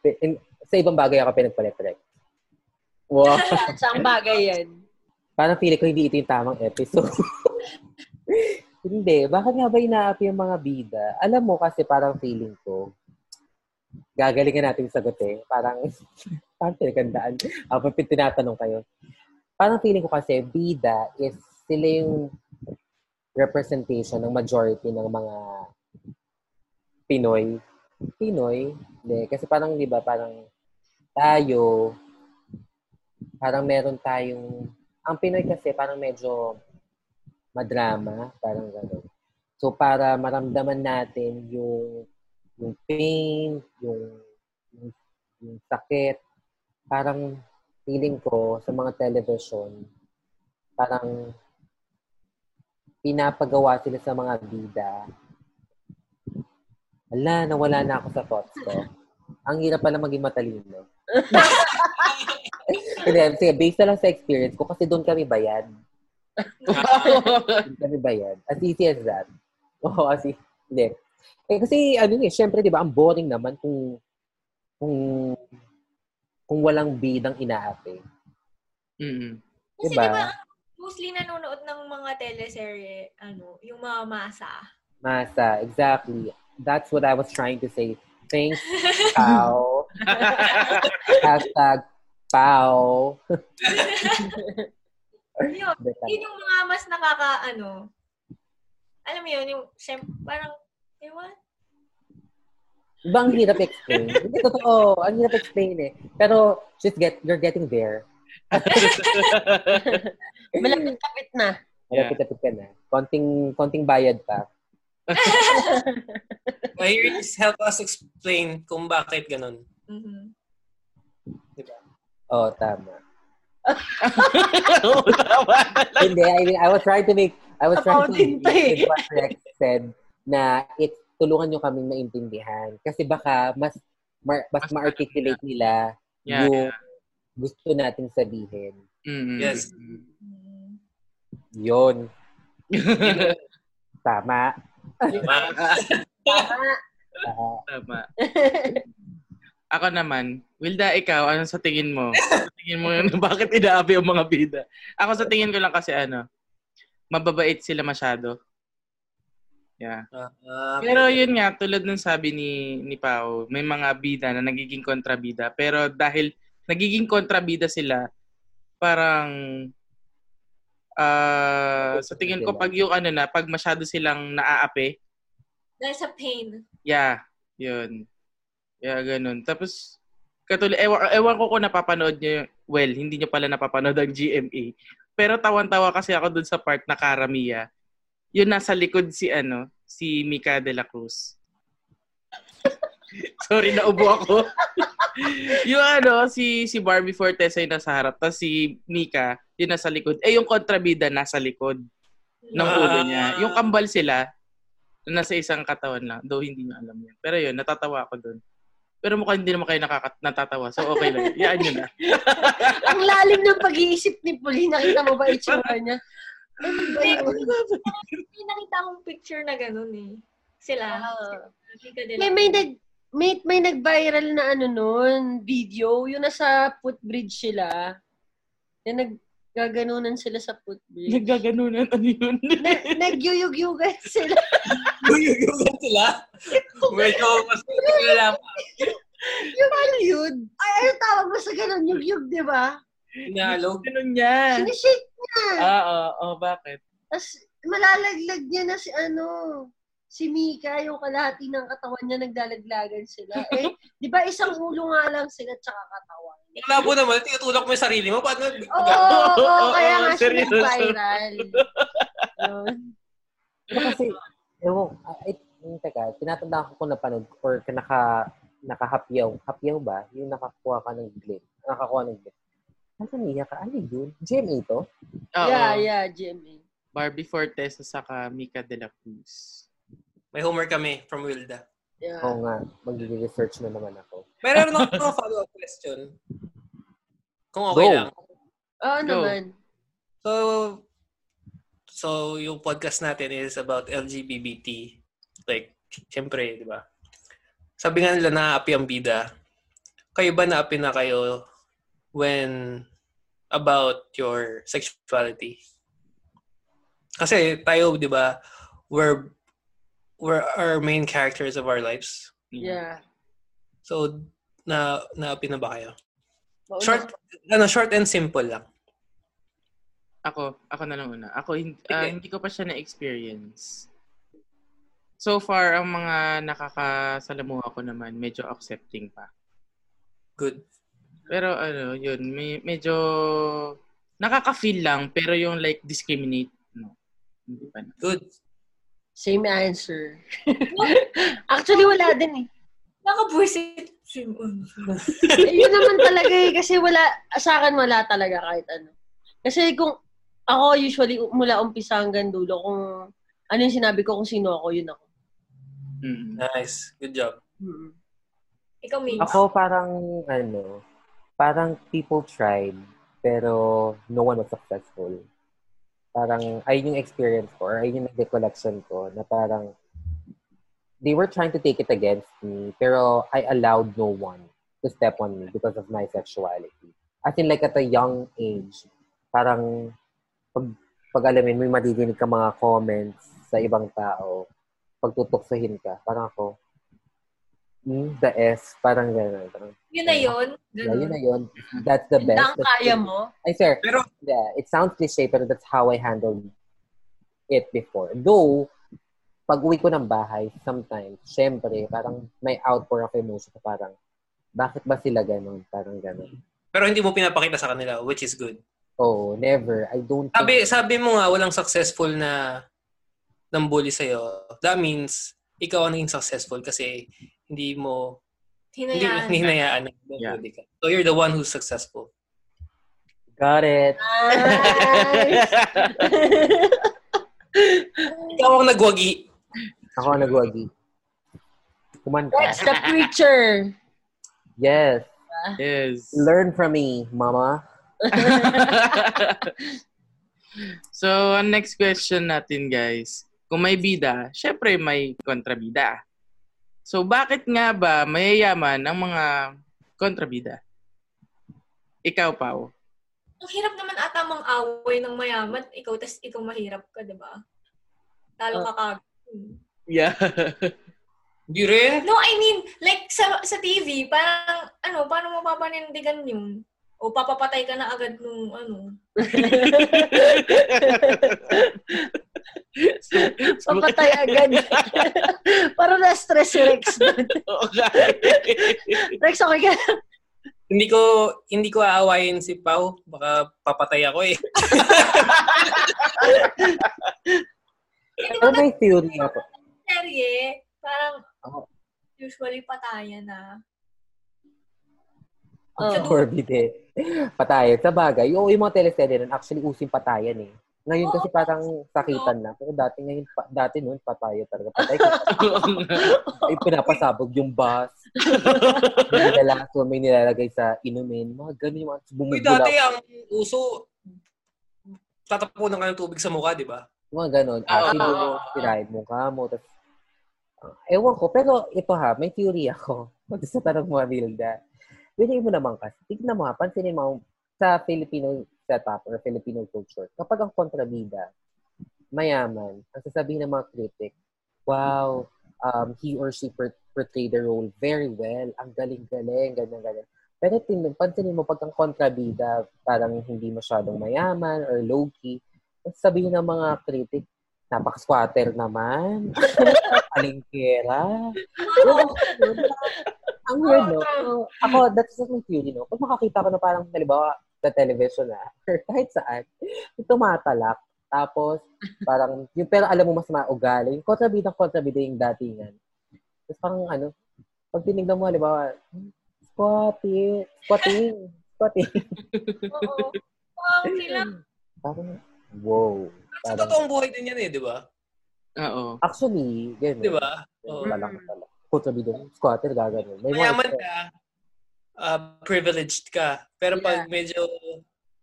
[laughs] In- sa ibang bagay ako pinagpalit-palit. Wow. Saan bagay yan? Parang feeling ko hindi ito yung tamang episode. [laughs] hindi. Bakit nga ba inaapi yung mga bida? Alam mo kasi parang feeling ko, gagalingan natin sagutin. Parang, [laughs] parang pinagandaan. Ah, pag tinatanong kayo. Parang feeling ko kasi, bida is sila yung representation ng majority ng mga Pinoy. Pinoy. Hindi. Kasi parang, di ba, parang tayo, parang meron tayong ang Pinoy kasi parang medyo madrama, parang gano'n. So para maramdaman natin yung yung pain, yung yung, yung sakit, parang feeling ko sa mga television, parang pinapagawa sila sa mga bida. Ala, nawala na ako sa thoughts ko. Ang hirap pala maging matalino. [laughs] And then, sige, based na lang sa experience ko, kasi doon kami bayad. Doon kami bayad. As easy as that. [laughs] Oo, as easy. Hindi. Eh, kasi, ano eh, syempre, di ba, ang boring naman kung, kung, kung walang bidang inaapi. Mm. Kasi Diba? diba? diba, mostly nanonood ng mga teleserye, ano, yung mga masa. Masa, exactly. That's what I was trying to say. Thanks, Pao. Hashtag, Pao. Yun, yun yung mga mas nakaka, ano, alam mo yun, yung, syempre, parang, eh, ewan, Diba ang hirap explain? Hindi totoo. Ang hirap explain eh. Pero, just get, you're getting there. Malapit kapit na. Yeah. Malapit-lapit ka na. Konting, konting bayad pa. My ears help us explain kung bakit ganun. mhm. Oo, Oh, tama. Oo, tama. Hindi, I mean, I was trying to make, I was trying to Tapaw din make to eh. what Rex said na it, tulungan nyo kaming maintindihan. Kasi baka mas, mar, mas Mas ma-articulate nila Yeah, yung gusto nating sabihin. Mm. [laughs] Yes. Mm-hmm. Yun. Tama. Mm-hmm. [laughs] Tama. Tama. Ah, Tama. Ako naman, Wilda, ikaw, ano sa tingin mo? sa tingin mo, [laughs] bakit inaapi yung mga bida? Ako sa tingin ko lang kasi ano, mababait sila masyado. Yeah. Ah, Pero yun nga, tulad ng sabi ni, ni Pao, may mga bida na nagiging kontrabida. Pero dahil nagiging kontrabida sila, parang ah, sa tingin ko pag yung ano na, pag masyado silang naaapi, Dahil sa pain. Yeah, yun. Yeah, ganun. Tapos, katulad, ewan, ewan ko kung napapanood niyo, yung- well, hindi niyo pala napapanood ang GMA. Pero tawan-tawa kasi ako dun sa part na Karamia. Yun, nasa likod si, ano, si Mika de la Cruz. [laughs] Sorry, naubo ako. [laughs] yung ano, si, si Barbie Fortes ay nasa harap. Tapos si Mika, yun nasa likod. Eh, yung kontrabida nasa likod ng Ah. ulo niya. Yung kambal sila, nasa isang katawan lang. Though hindi niya alam yun. Pero yun, natatawa ako doon. Pero mukhang hindi naman kayo nakaka- natatawa. So, okay lang. Yaan nyo na. Ang lalim ng pag-iisip ni Pauline. Nakita mo ba itsura niya? Ano ba yun? May nakita akong picture na ganun eh. Sila. Ah. Kika nila. May, may nag may, may nag-viral na ano nun, video. Yung nasa footbridge sila. Yung naggaganunan sila sa [laughs] footbridge. Naggaganunan. Ano yun? Na, Nagyuyugyugan sila. Guyugan sila. [laughs] Medyo mas kilala pa. Yung ano yun? Ay, ano tawag mo sa ganun? Yugyug, di ba? [laughs] Inaalog. [laughs] Ganun niya. Sinishake niya. Ah, oo. Oh, bakit? Tapos malalaglag niya na si ano, si Mika, yung kalahati ng katawan niya, naglalaglagan sila. Eh, di ba isang ulo nga lang sila tsaka katawan? Wala po naman, tinutulak mo yung sarili mo. Paano? Oo, oo, Oo, oo, kaya nga siya seryoso. nag-viral. Yun. Pero kasi, ewan, ah, ay, yung teka, tinatanda ko kung napanood ko or kung naka, nakahapyaw. Hapyaw ba? Yung nakakuha ka ng glitch. Nakakuha ng glitch. Ano niya ka? Ano yun? GMA to? Oo. Yeah, yeah, eh. Jimmy. Barbie Fortes at saka Mika de la Cruz. May homework kami from Wilda. Yeah. Oo nga, magre-research na naman ako. Meron ako mga follow-up question. Kung okay Go. lang. Oo Go. naman. So, so yung podcast natin is about LGBT. Like, syempre, di ba? Sabi nga nila, naapi ang bida. Kayo ba naapi na kayo when about your sexuality? Kasi tayo, di ba, we're, we're our main characters of our lives. Yeah. So, na naapi na ba kayo? Mauna. Short, ano, short and simple lang. Ako, ako na lang una. Ako, hindi, ah, Sige. hindi ko pa siya na-experience. So far, ang mga nakakasalamuha ko naman, medyo accepting pa. Good. Pero ano, yun, may, medyo nakaka-feel lang, pero yung like discriminate, no. Hindi pa na. Good. Same answer. Actually, wala din eh. Nakabwisit. Same on. Eh, yun naman talaga eh. Kasi wala, sa akin wala talaga kahit ano. Kasi kung ako usually mula umpisa hanggang dulo kung ano yung sinabi ko kung sino ako, yun ako. Mm. Nice. Good job. Mm. Ikaw, Mix. Ako parang, ano, parang people tried, pero no one was successful. Parang, ayun yung experience ko, or ayun yung recollection ko, na parang, they were trying to take it against me, pero I allowed no one to step on me because of my sexuality. As in, like, at a young age, parang, pag, pag alamin mo, yung madidinig ka mga comments sa ibang tao, pagtutuksohin ka, parang ako, mm, the S, parang gano'n. Parang, Yun na yun. Yeah, yun Ganun. na yun. That's the Mm-hmm. Yun best. lang kaya mo. Ay, sir. Pero- yeah, it sounds cliche, pero that's how I handled it before. Though, pag uwi ko ng bahay, sometimes, syempre, parang may outpour of emotion. na Parang, bakit ba sila ganun? Parang ganun. Pero hindi mo pinapakita sa kanila, which is good. Oh, never. I don't Sabi, think- sabi mo nga, walang successful na ng bully sa'yo. That means, ikaw ang naging successful kasi hindi mo, hindi mo Hinayaan. hinayaan na bully ka. So you're the one who's successful. Got it. Nice. Ikaw ang nagwagi. Ako ang nagwagi. That's Kumanta. the preacher. Yes. yes. Learn from me, mama. so, ang next question natin, guys. Kung may bida, syempre may kontrabida. So, bakit nga ba mayayaman ang mga kontrabida? Ikaw, Pao. Ang hirap naman ata mang away ng mayaman. Ikaw, tas ikaw mahirap ka, di ba? Talo Ah. ka Hmm. kag. Yeah. Di rin. No, I mean, like sa sa TV, parang ano, paano mo papanindigan yun? O papapatay ka na agad nung ano. Papatay agad. [laughs] Parang na-stress si Rex. doon. Rex, okay ka? Hindi ko hindi ko aawayin si Pau. Baka papatay ako eh. Hindi Pero ba may Ano theory ako. serye? Parang Oo. usually patayan na. Sa Oh. Corbid eh. Patayan. Sa bagay, yung, yung mga teleserye nun, actually using patayan eh. Ngayon Oh, kasi parang sakitan na. Pero dati ngayon, pa- dati noon, patayan talaga. Patay [laughs] ka. Ay, pinapasabog yung bus. may nilalaso, may nilalagay sa inumin. Mga ganun yung mga Uy, bumubula. dati ang uso tatapunan ka ng tubig sa mukha, di ba? Mga ganun. Acid Oo. mo, tirahin mo ka mo. Tas, Ah, ewan ko. Pero ito ha, may theory ako. [laughs] Pag sa tanong mo, Wilda. Pwede mo naman kasi. Tignan mo ha, pansinin mo sa Filipino setup or Filipino culture. Kapag ang kontrabida, mayaman, ang sasabihin ng mga critic, wow, um, he or she per- portrayed the role very well. Ang galing-galing, ganyan-ganyan. Pero tin- pansinin mo, pag ang kontrabida, parang hindi masyadong mayaman or low-key, ang sabihin ng mga critic, napaka-squatter naman. Alingkera. Oo, ang weird, no? Pero Oh, Ako, that's just my theory, no? Pag makakita ko na parang, halimbawa, sa television na, [laughs] or kahit saan, yung tumatalak. Tapos, parang, yung, pero alam mo mas maugali. Yung kontrabida, kontrabida yung datingan. Tapos parang, ano, pag tinignan mo, halimbawa, squatting, squatting, squatting. [laughs] Oo. Wow, sila. Parang, wow. Sa Parang- totoong buhay din yan eh, di ba? Oo. Actually, ganun. Di ba? Oo. Wala lang pala. Kung sabi doon, squatter, gagano. May mga [laughs] Mayaman ka, ah, privileged ka. Pero pag medyo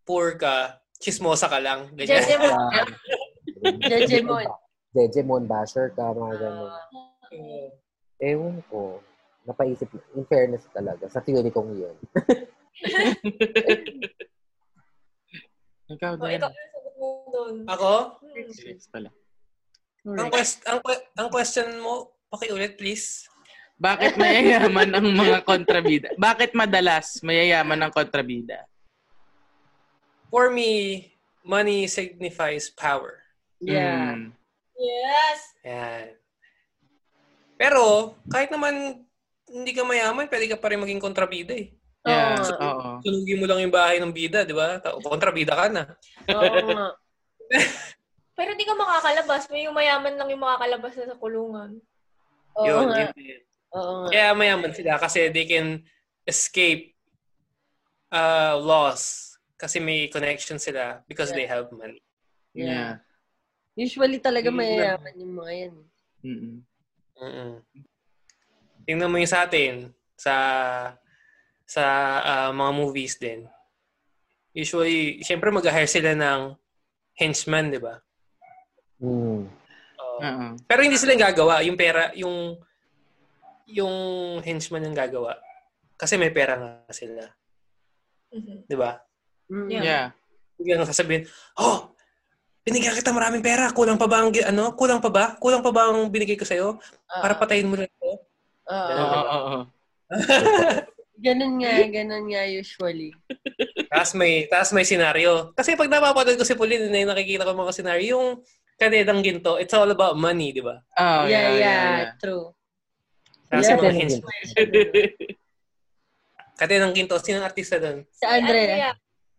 poor ka, chismosa ka lang. Ganyan. Judge mo. Ah, Jejemon. Jejemon basher ka, mga ganun. Ewan ko. Napaisip, in fairness talaga, sa theory kong yun. Ikaw Oh, ikaw din. ang sagot mo doon. Ako? Hmm. Yes, pala. Ang, quest, ang, que- ang question mo, pakiulit please. Bakit mayayaman ang mga kontrabida? Bakit madalas mayayaman ang kontrabida? For me, money signifies power. Yeah. Mm. Yes. Yan. Pero, kahit naman hindi ka mayaman, pwede ka pa rin maging kontrabida eh. Hmm. Yeah. Oo. Oo. Sunugin mo lang yung bahay ng bida, di ba? Ta- Kontrabida ka na. Oo nga. Pero di ka makakalabas. May yung mayaman lang yung makakalabas na sa kulungan. Oo yun, nga. yun. yun. Oo nga. Kaya mayaman sila kasi they can escape uh, loss kasi may connection sila because they have money. Yeah. Usually talaga Yun mayayaman yung mga yan. Mm-mm. Mm-mm. Tingnan mo yung sa atin sa sa uh, mga movies din. Usually, syempre mag-hire sila ng henchman, di ba? Mm. Oo. Oo. Pero hindi sila yung gagawa. Yung pera, yung yung henchman yung gagawa. Kasi may pera nga sila. Mhm. Di ba? Mm. Yeah. Yeah. biglang sasabihin, oh, binigyan kita maraming pera, kulang pa ba ang, gi- ano, kulang pa ba? Kulang pa ba ang binigay ko sa'yo? Oo. Para patayin mo lang ako. Oo. Oo. oo, oo. Ganun nga, ganun nga usually. Tapos may, tapos may senaryo. Kasi pag napapanood ko si Pauline, na yung nakikita ko mga senaryo, yung kanedang ginto, it's all about money, di ba? Oh, yeah, yeah, [laughs] True. Tapos Yeah. yung mga hints. yeah. Kanedang ginto, sino ang artista doon? Si Andrea.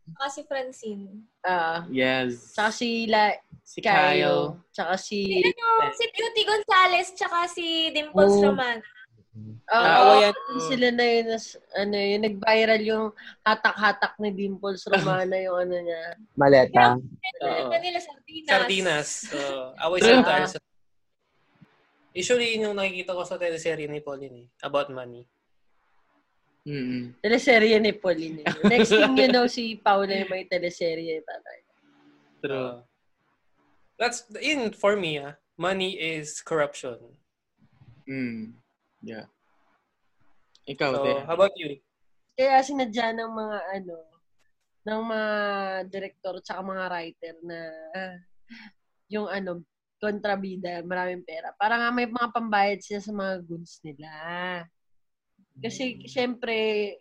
Saka si Francine. Ah. yes. Tsaka si La Si Kyle. Tsaka si... Si, ano, si Beauty Gonzalez tsaka si Dimples Oh. Roman. Oo, mm, Ah, yan. sila na yun. nas- ano, yun, nag-viral yung hatak-hatak ni Dimples Romana yung ano niya. Maleta. Ano nila Sardinas. Sardinas. So, away True. sometimes. Usually, yun yung nakikita ko sa teleserye ni Pauline eh, about money. Mm-mm. Teleserye ni Pauline. yun. Next thing you know, si Paula yung may teleserye. Tatay. True. Uh, that's in for me. ah. Money is corruption. Mm. Ikaw, So, te. how about you? Kaya sinadya ng mga ano, ng mga director tsaka mga writer na ah, yung ano, kontrabida, maraming pera. Para nga may mga pambayad sila sa mga goods nila. Kasi syempre,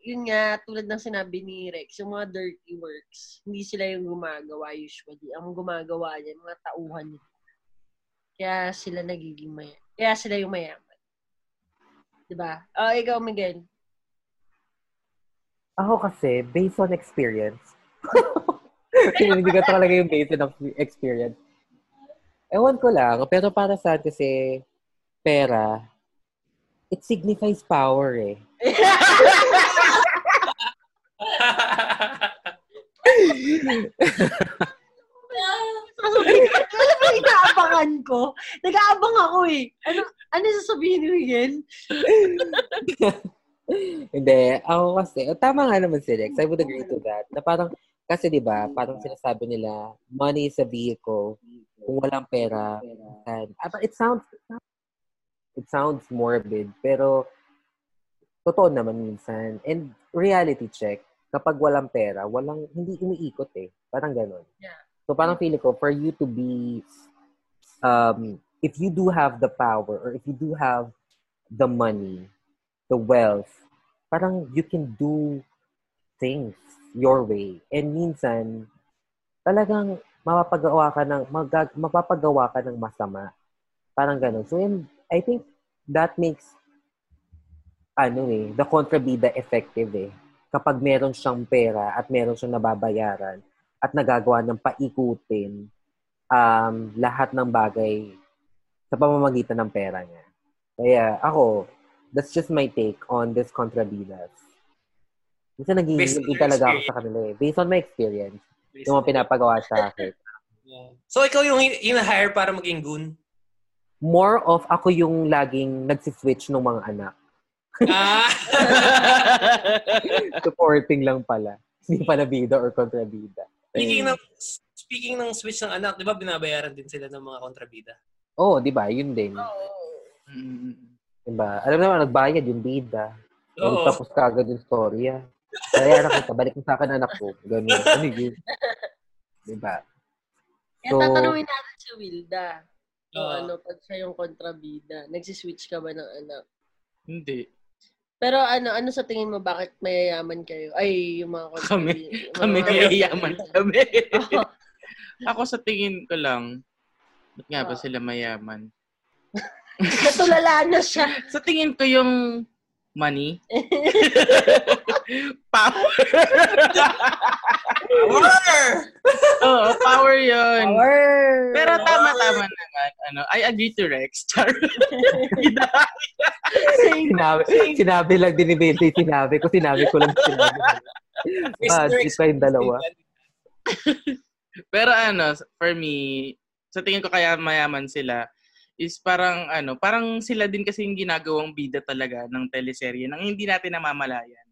yun nga, tulad ng sinabi ni Rex, yung mga dirty works, hindi sila yung gumagawa usually. Ang gumagawa niya, mga tauhan nila. Kaya sila nagiging maya. Kaya sila yung mayaman. Diba? Oh, ikaw, Miguel. Ako kasi, based on experience. [laughs] Hindi ko talaga yung based on experience. Ewan ko lang, pero para sa akin kasi, pera, it signifies power eh. Alam mo, inaabangan ko. Nag-aabang ako eh. Ano, ano sasabihin ni Miguel? Hindi, ako kasi, oh, tama nga naman si Rex, I would agree to that. Na parang, kasi di ba parang sinasabi nila, money is a vehicle. Kung walang pera, and, ah, but it sounds, it sounds morbid, pero, totoo naman minsan. And reality check, kapag walang pera, walang, hindi umiikot eh. Parang ganun. Yeah. So parang feeling ko, for you to be, um, if you do have the power, or if you do have the money, the wealth, parang you can do things your way. And minsan, talagang mapapagawa ka ng, magag, mapapagawa ka ng masama. Parang ganun. So, and I think that makes, ano eh, the contrabida effective eh. Kapag meron siyang pera at meron siyang nababayaran at nagagawa ng paikutin um, lahat ng bagay sa pamamagitan ng pera niya. Kaya ako, that's just my take on this contrabidas. Minsan naging Based on hindi your talaga ako experience. sa kanila eh. Based on my experience, yung mga pinapagawa sa akin. Yeah. So, ikaw yung hin- hina-hire para maging [laughs] goon? More of ako yung laging nagsiswitch ng mga anak. Ah! Supporting lang pala. Hindi pala bida Eh, or kontrabida. speaking ng speaking ng switch ng anak, 'di ba binabayaran din sila ng mga kontrabida? Oo, oh, di ba? Yun din. Mm-mm. Di ba? Alam naman, nagbayad yung bida. Oo. Tapos kagad yung story ah. Kaya anak [laughs] kita, balik mo sa akin anak ko. Ganun. Ano yun? Diba? Di ba? Kaya So- tatanungin natin si Wilda. O Ah. Oo. ano, pag siya yung kontrabida, nagsiswitch ka ba ng anak? Hindi. Pero ano, ano sa tingin mo, bakit mayayaman kayo? Ay, yung mga Kami. kontrabida. yung Kami mga- [laughs] mayayaman kami. Oo. Ako sa tingin ko lang, ba't nga ba Ah. sila mayaman? Natulala na siya. Sa tingin ko yung [laughs] money, power. ano? Power! Oo, power yun. Power. Pero tama-tama naman. Ano, I agree to Rex. Char. [laughs] Sinabi, sinabi lang din ni Bente, sinabi ko, sinabi ko lang sinabi. Bad trip pa yung dalawa. Pero ano, for me, sa tingin ko kaya mayaman sila is parang ano, parang sila din kasi yung ginagawang bida talaga ng teleserye nang hindi natin namamalayan.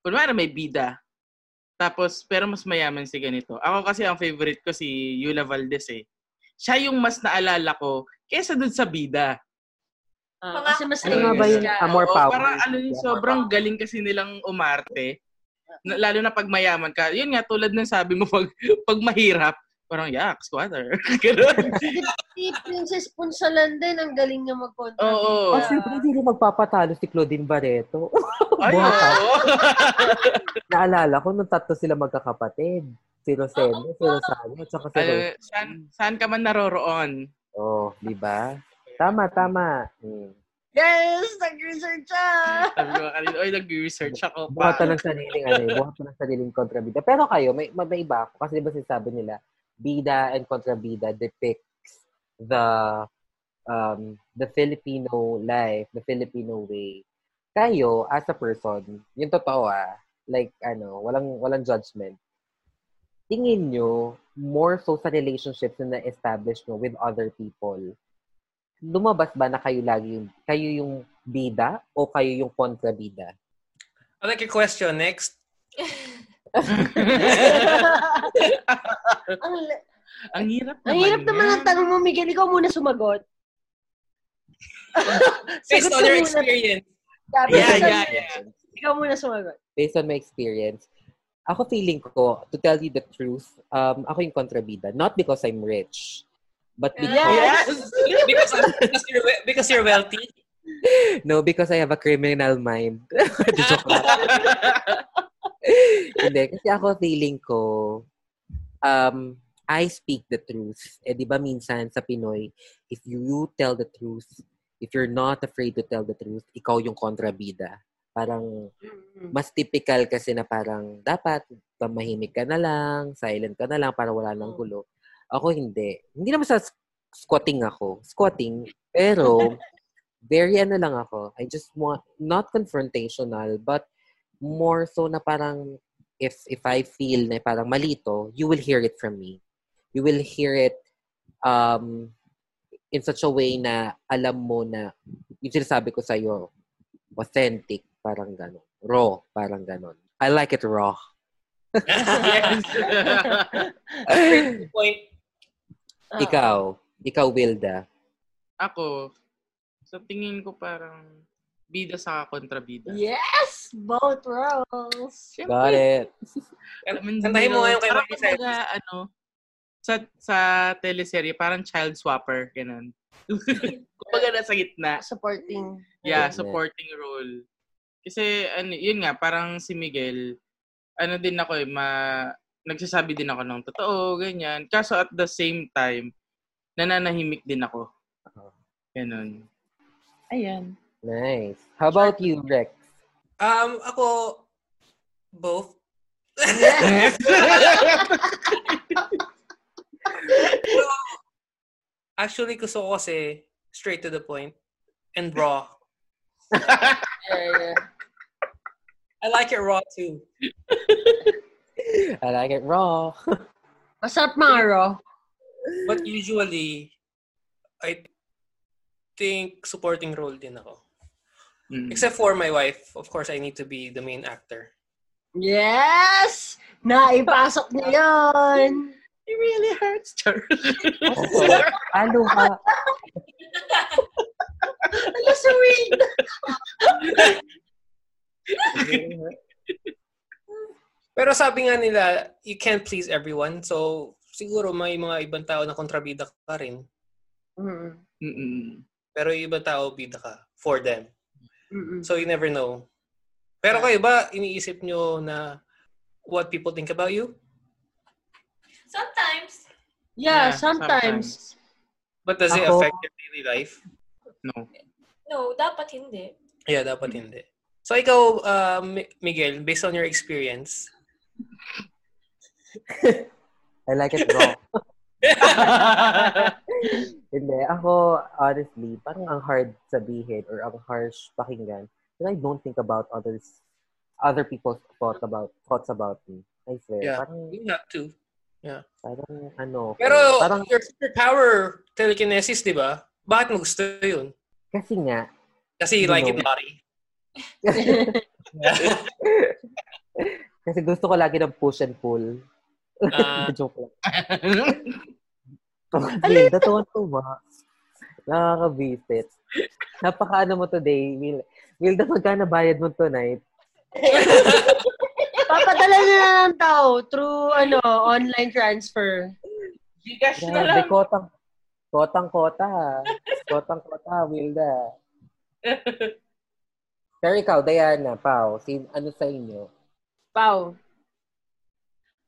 Kunwari may bida. Tapos, pero mas mayaman si ganito. Ako kasi ang favorite ko si Yula Valdez eh. Siya yung mas naalala ko kesa dun sa bida. Ah, kasi mas Ano nga ba yun? famous ka. Ah, more Oo, power. Parang ano yun, sobrang galing kasi nilang umarte. Na- Lalo na pag mayaman ka. Yun nga, tulad ng sabi mo, [laughs] pag, pag mahirap, parang yak, squatter. [laughs] [laughs] Ganun. Si Princess Punsalan din, ang galing niya mag-kontrabida. Oo. Oh, syempre, hindi rin magpapatalo si Claudine Barreto. Ay, [laughs] oo. Naalala ko, nung tatlo sila magkakapatid. Si Rosendo, si Rosario, at saka si Ano, Rose. saan, saan ka man naroroon? Oh, di ba? Tama, tama. Hmm. Yes, nag-research siya. Sabi ko kanina, oy, nag-research ako pa. Buhatan ng sariling, ano, eh, buhatan ng sariling kontrabida. Pero kayo, may, may, may iba ako. Kasi di ba sinasabi nila, bida and kontrabida depicts the um, the Filipino life, the Filipino way. Kayo, as a person, yung totoo ah, like, ano, walang, walang judgment. Tingin nyo, more so sa relationships na na-establish nyo with other people, lumabas ba na kayo lagi yung, kayo yung bida o kayo yung kontrabida? I like your question. Next. ang, Ang hirap naman. ang hirap naman yan. ang tanong mo, Miguel. Ikaw muna sumagot. Based Sagot on ka your muna. experience. [laughs] Yeah, Yeah, based on- yeah, yeah. Ikaw muna sumagot. Based on my experience, ako feeling ko, to tell you the truth, um, ako yung kontrabida. Not because I'm rich, but because, Yes! because, because, you're, we- because you're [laughs] wealthy. no, because I have a criminal mind. [laughs] Joke [laughs] lang. Hindi, kasi ako feeling ko, um, I speak the truth. Eh, di ba minsan sa Pinoy, if you tell the truth, if you're not afraid to tell the truth, ikaw yung kontrabida. Parang, mas typical kasi na parang dapat pamahimik ka na lang, silent ka na lang para wala nang gulo. Ako hindi. Hindi naman sa s- squatting ako. Squatting. Pero, very ano lang ako. I just want, not confrontational, but more so na parang if if I feel na parang malito, you will hear it from me. You will hear it um, in such a way na alam mo na yung sinasabi ko sa'yo, authentic, parang gano'n. Raw, parang gano'n. I like it raw. [laughs] yes. [laughs] Point. Ah. Ikaw, ikaw, Wilda. Ako, sa tingin ko parang bida sa kontrabida. Yes! Both roles. Siyempre, Got it. Kantahin mo nga yung kay Parang Miley Cyrus. kumbaga, ano, sa, sa teleserye, parang child swapper, ganun. [laughs] Kumbaga nasa gitna. Supporting. Yeah. Yeah, supporting role. Kasi, ano, yun nga, parang si Miguel, ano din ako eh, ma, nagsasabi din ako ng totoo, ganyan. Kaso at the same time, nananahimik din ako. Ganun. Ayan. Nice. How about you, Rex? Um, ako, both. Pero, [laughs] actually, gusto ko kasi straight to the point and raw. Yeah, yeah. I like it raw too. I like it raw. What's up, Maro? But usually, I think supporting role din ako. Mm. Except for my wife. Of course, I need to be the main actor. Yes! Naipasok niya yun! It really hurts, Char. Ano ka? Ala, sweet! Pero sabi nga nila, you can't please everyone. So, siguro may mga ibang tao na kontrabida ka pa rin. Mm-mm. Mm-mm. Pero yung ibang tao, bida ka for them. Mm-mm. So, you never know. Pero kayo ba, iniisip nyo na what people think about you? Sometimes, Yeah, sometimes. But does it Ako- affect your daily life? No. no, dapat hindi. Yeah, dapat hindi. So, ikaw, uh, Mi- Miguel, based on your experience, I like it raw. Hindi. Ako, honestly, parang ang hard sabihin or ang harsh pakinggan. But I don't think about others, other people's thought about, thoughts about me. I swear. Yeah. Parang, you have to. parang ano. ko, Pero parang, your superpower, telekinesis, di ba? Bakit mo gusto yun? kasi [laughs] nga, [laughs] Kasi you like it, No. Mari. kasi gusto ko lagi ng push and pull. Ah. Joke lang. Hindi, totoo tuwa. Nakakabisit. Napaka ano mo today, Will. Wilda, magkano bayad mo tonight? Papadala na lang ng tao through ano online transfer. Gigash na Grabe, lang. kotang, kotang-kota. Kotang-kota, Wilda. Pero ikaw, Diana, Pao, sin, ano sa inyo? Wow.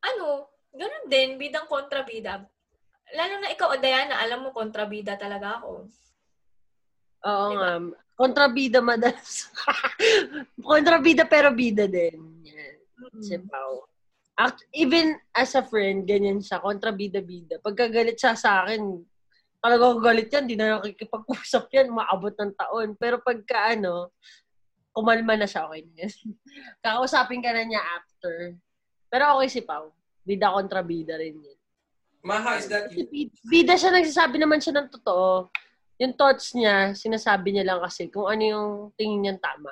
Ano, ganun din, bidang kontrabida. Lalo na ikaw, o Diana, alam mo, kontrabida talaga ako. Oo nga. Kontrabida madalas. [laughs] Kontrabida pero bida din. Yan. Mm. Si Pao. Act, even as a friend, ganyan siya. Kontrabida-bida. Pagkagalit siya sa akin, talaga ako galit yan. Di na nakikipag-usap yan. Maabot ng taon. Pero pagka ano, kumalma na siya. Okay na yan. [laughs] Kakausapin ka na niya after. Pero okay si Pao. Bida kontrabida rin yan. [laughs] Maha, is that you? Bid- bida siya, nagsasabi naman siya ng totoo. Yung thoughts niya, sinasabi niya lang kasi kung ano yung tingin niya tama.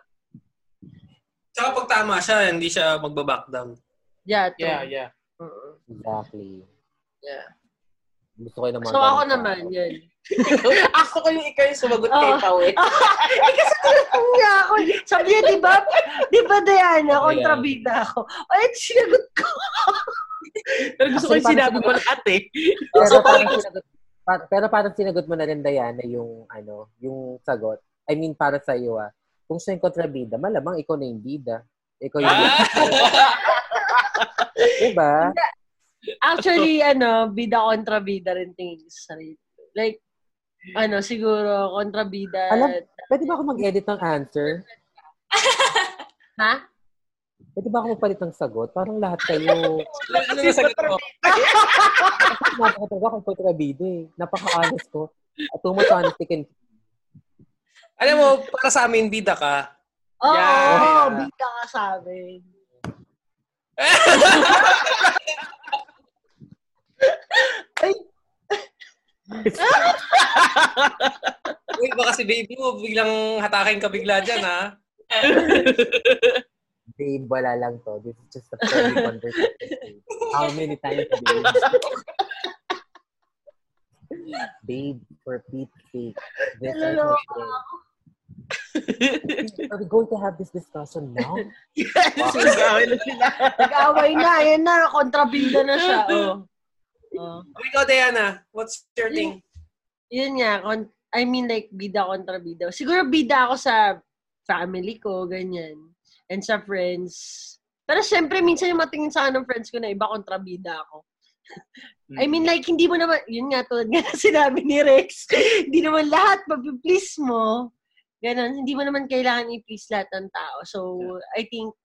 Tsaka pag tama siya, hindi siya magbaback down. Yeah, true. Yeah, yeah. Oo. Exactly. Yeah. Gusto ko yun ng mga So, ako ganun. naman, yun. ako yung ikaw yung sumagot kay Oo. Pao eh. [laughs] eh, kasi tinatong niya ako. Sabi niya, di ba? Di ba, Diana, kontrabida ako. Ay, sinagot ko. Pero gusto ko yung Actually, sinabi mo lahat eh. [laughs] Pero parang, sinagot, pa- pero parang sinagot mo na rin, Diana, yung, ano, yung sagot. I mean, para sa iyo, ah. Kung siya yung kontrabida, malamang ikaw na yung bida. Ikaw yung... Ah! diba? Actually, ano, bida kontrabida rin tingin ko sa sarili. ko. Like, ano, siguro, kontrabida. Alam- Pwede ba ako mag-edit ng answer? Ha? Pwede ba ako magpalit ng sagot? Parang lahat kayo... Ano na nasagot ko? Napaka talaga akong kontrabida eh. [laughs] Napaka-honest ko. At too much honesty can... [laughs] Alam mo, para sa amin, bida ka. Oo, Yeah. bida ka sa amin. Uy, baka si baby mo, biglang hatakin ka bigla dyan, ha? Babe, wala lang to. This is just a friendly conversation. How many times, babe? babe, for Pete's sake, this is Naloloka my day. Are we going to have this discussion now? Yes, yung gawin na sila. Nag-away na, yan na, kontrabida na siya. Oh. [laughs] Oh. O ikaw, Diana, what's your thing? Yun nga, kon- I mean like bida kontrabida. Siguro bida ako sa family ko, ganyan. And sa friends. Pero syempre, minsan yung matingin sa akin ng friends ko na iba kontrabida ako. I mean, like, hindi mo naman, yun nga, tulad nga na sinabi ni Rex, [laughs] hindi naman lahat mag-please mo. Ganon, hindi mo naman kailangan i-please lahat ng tao. So, I think,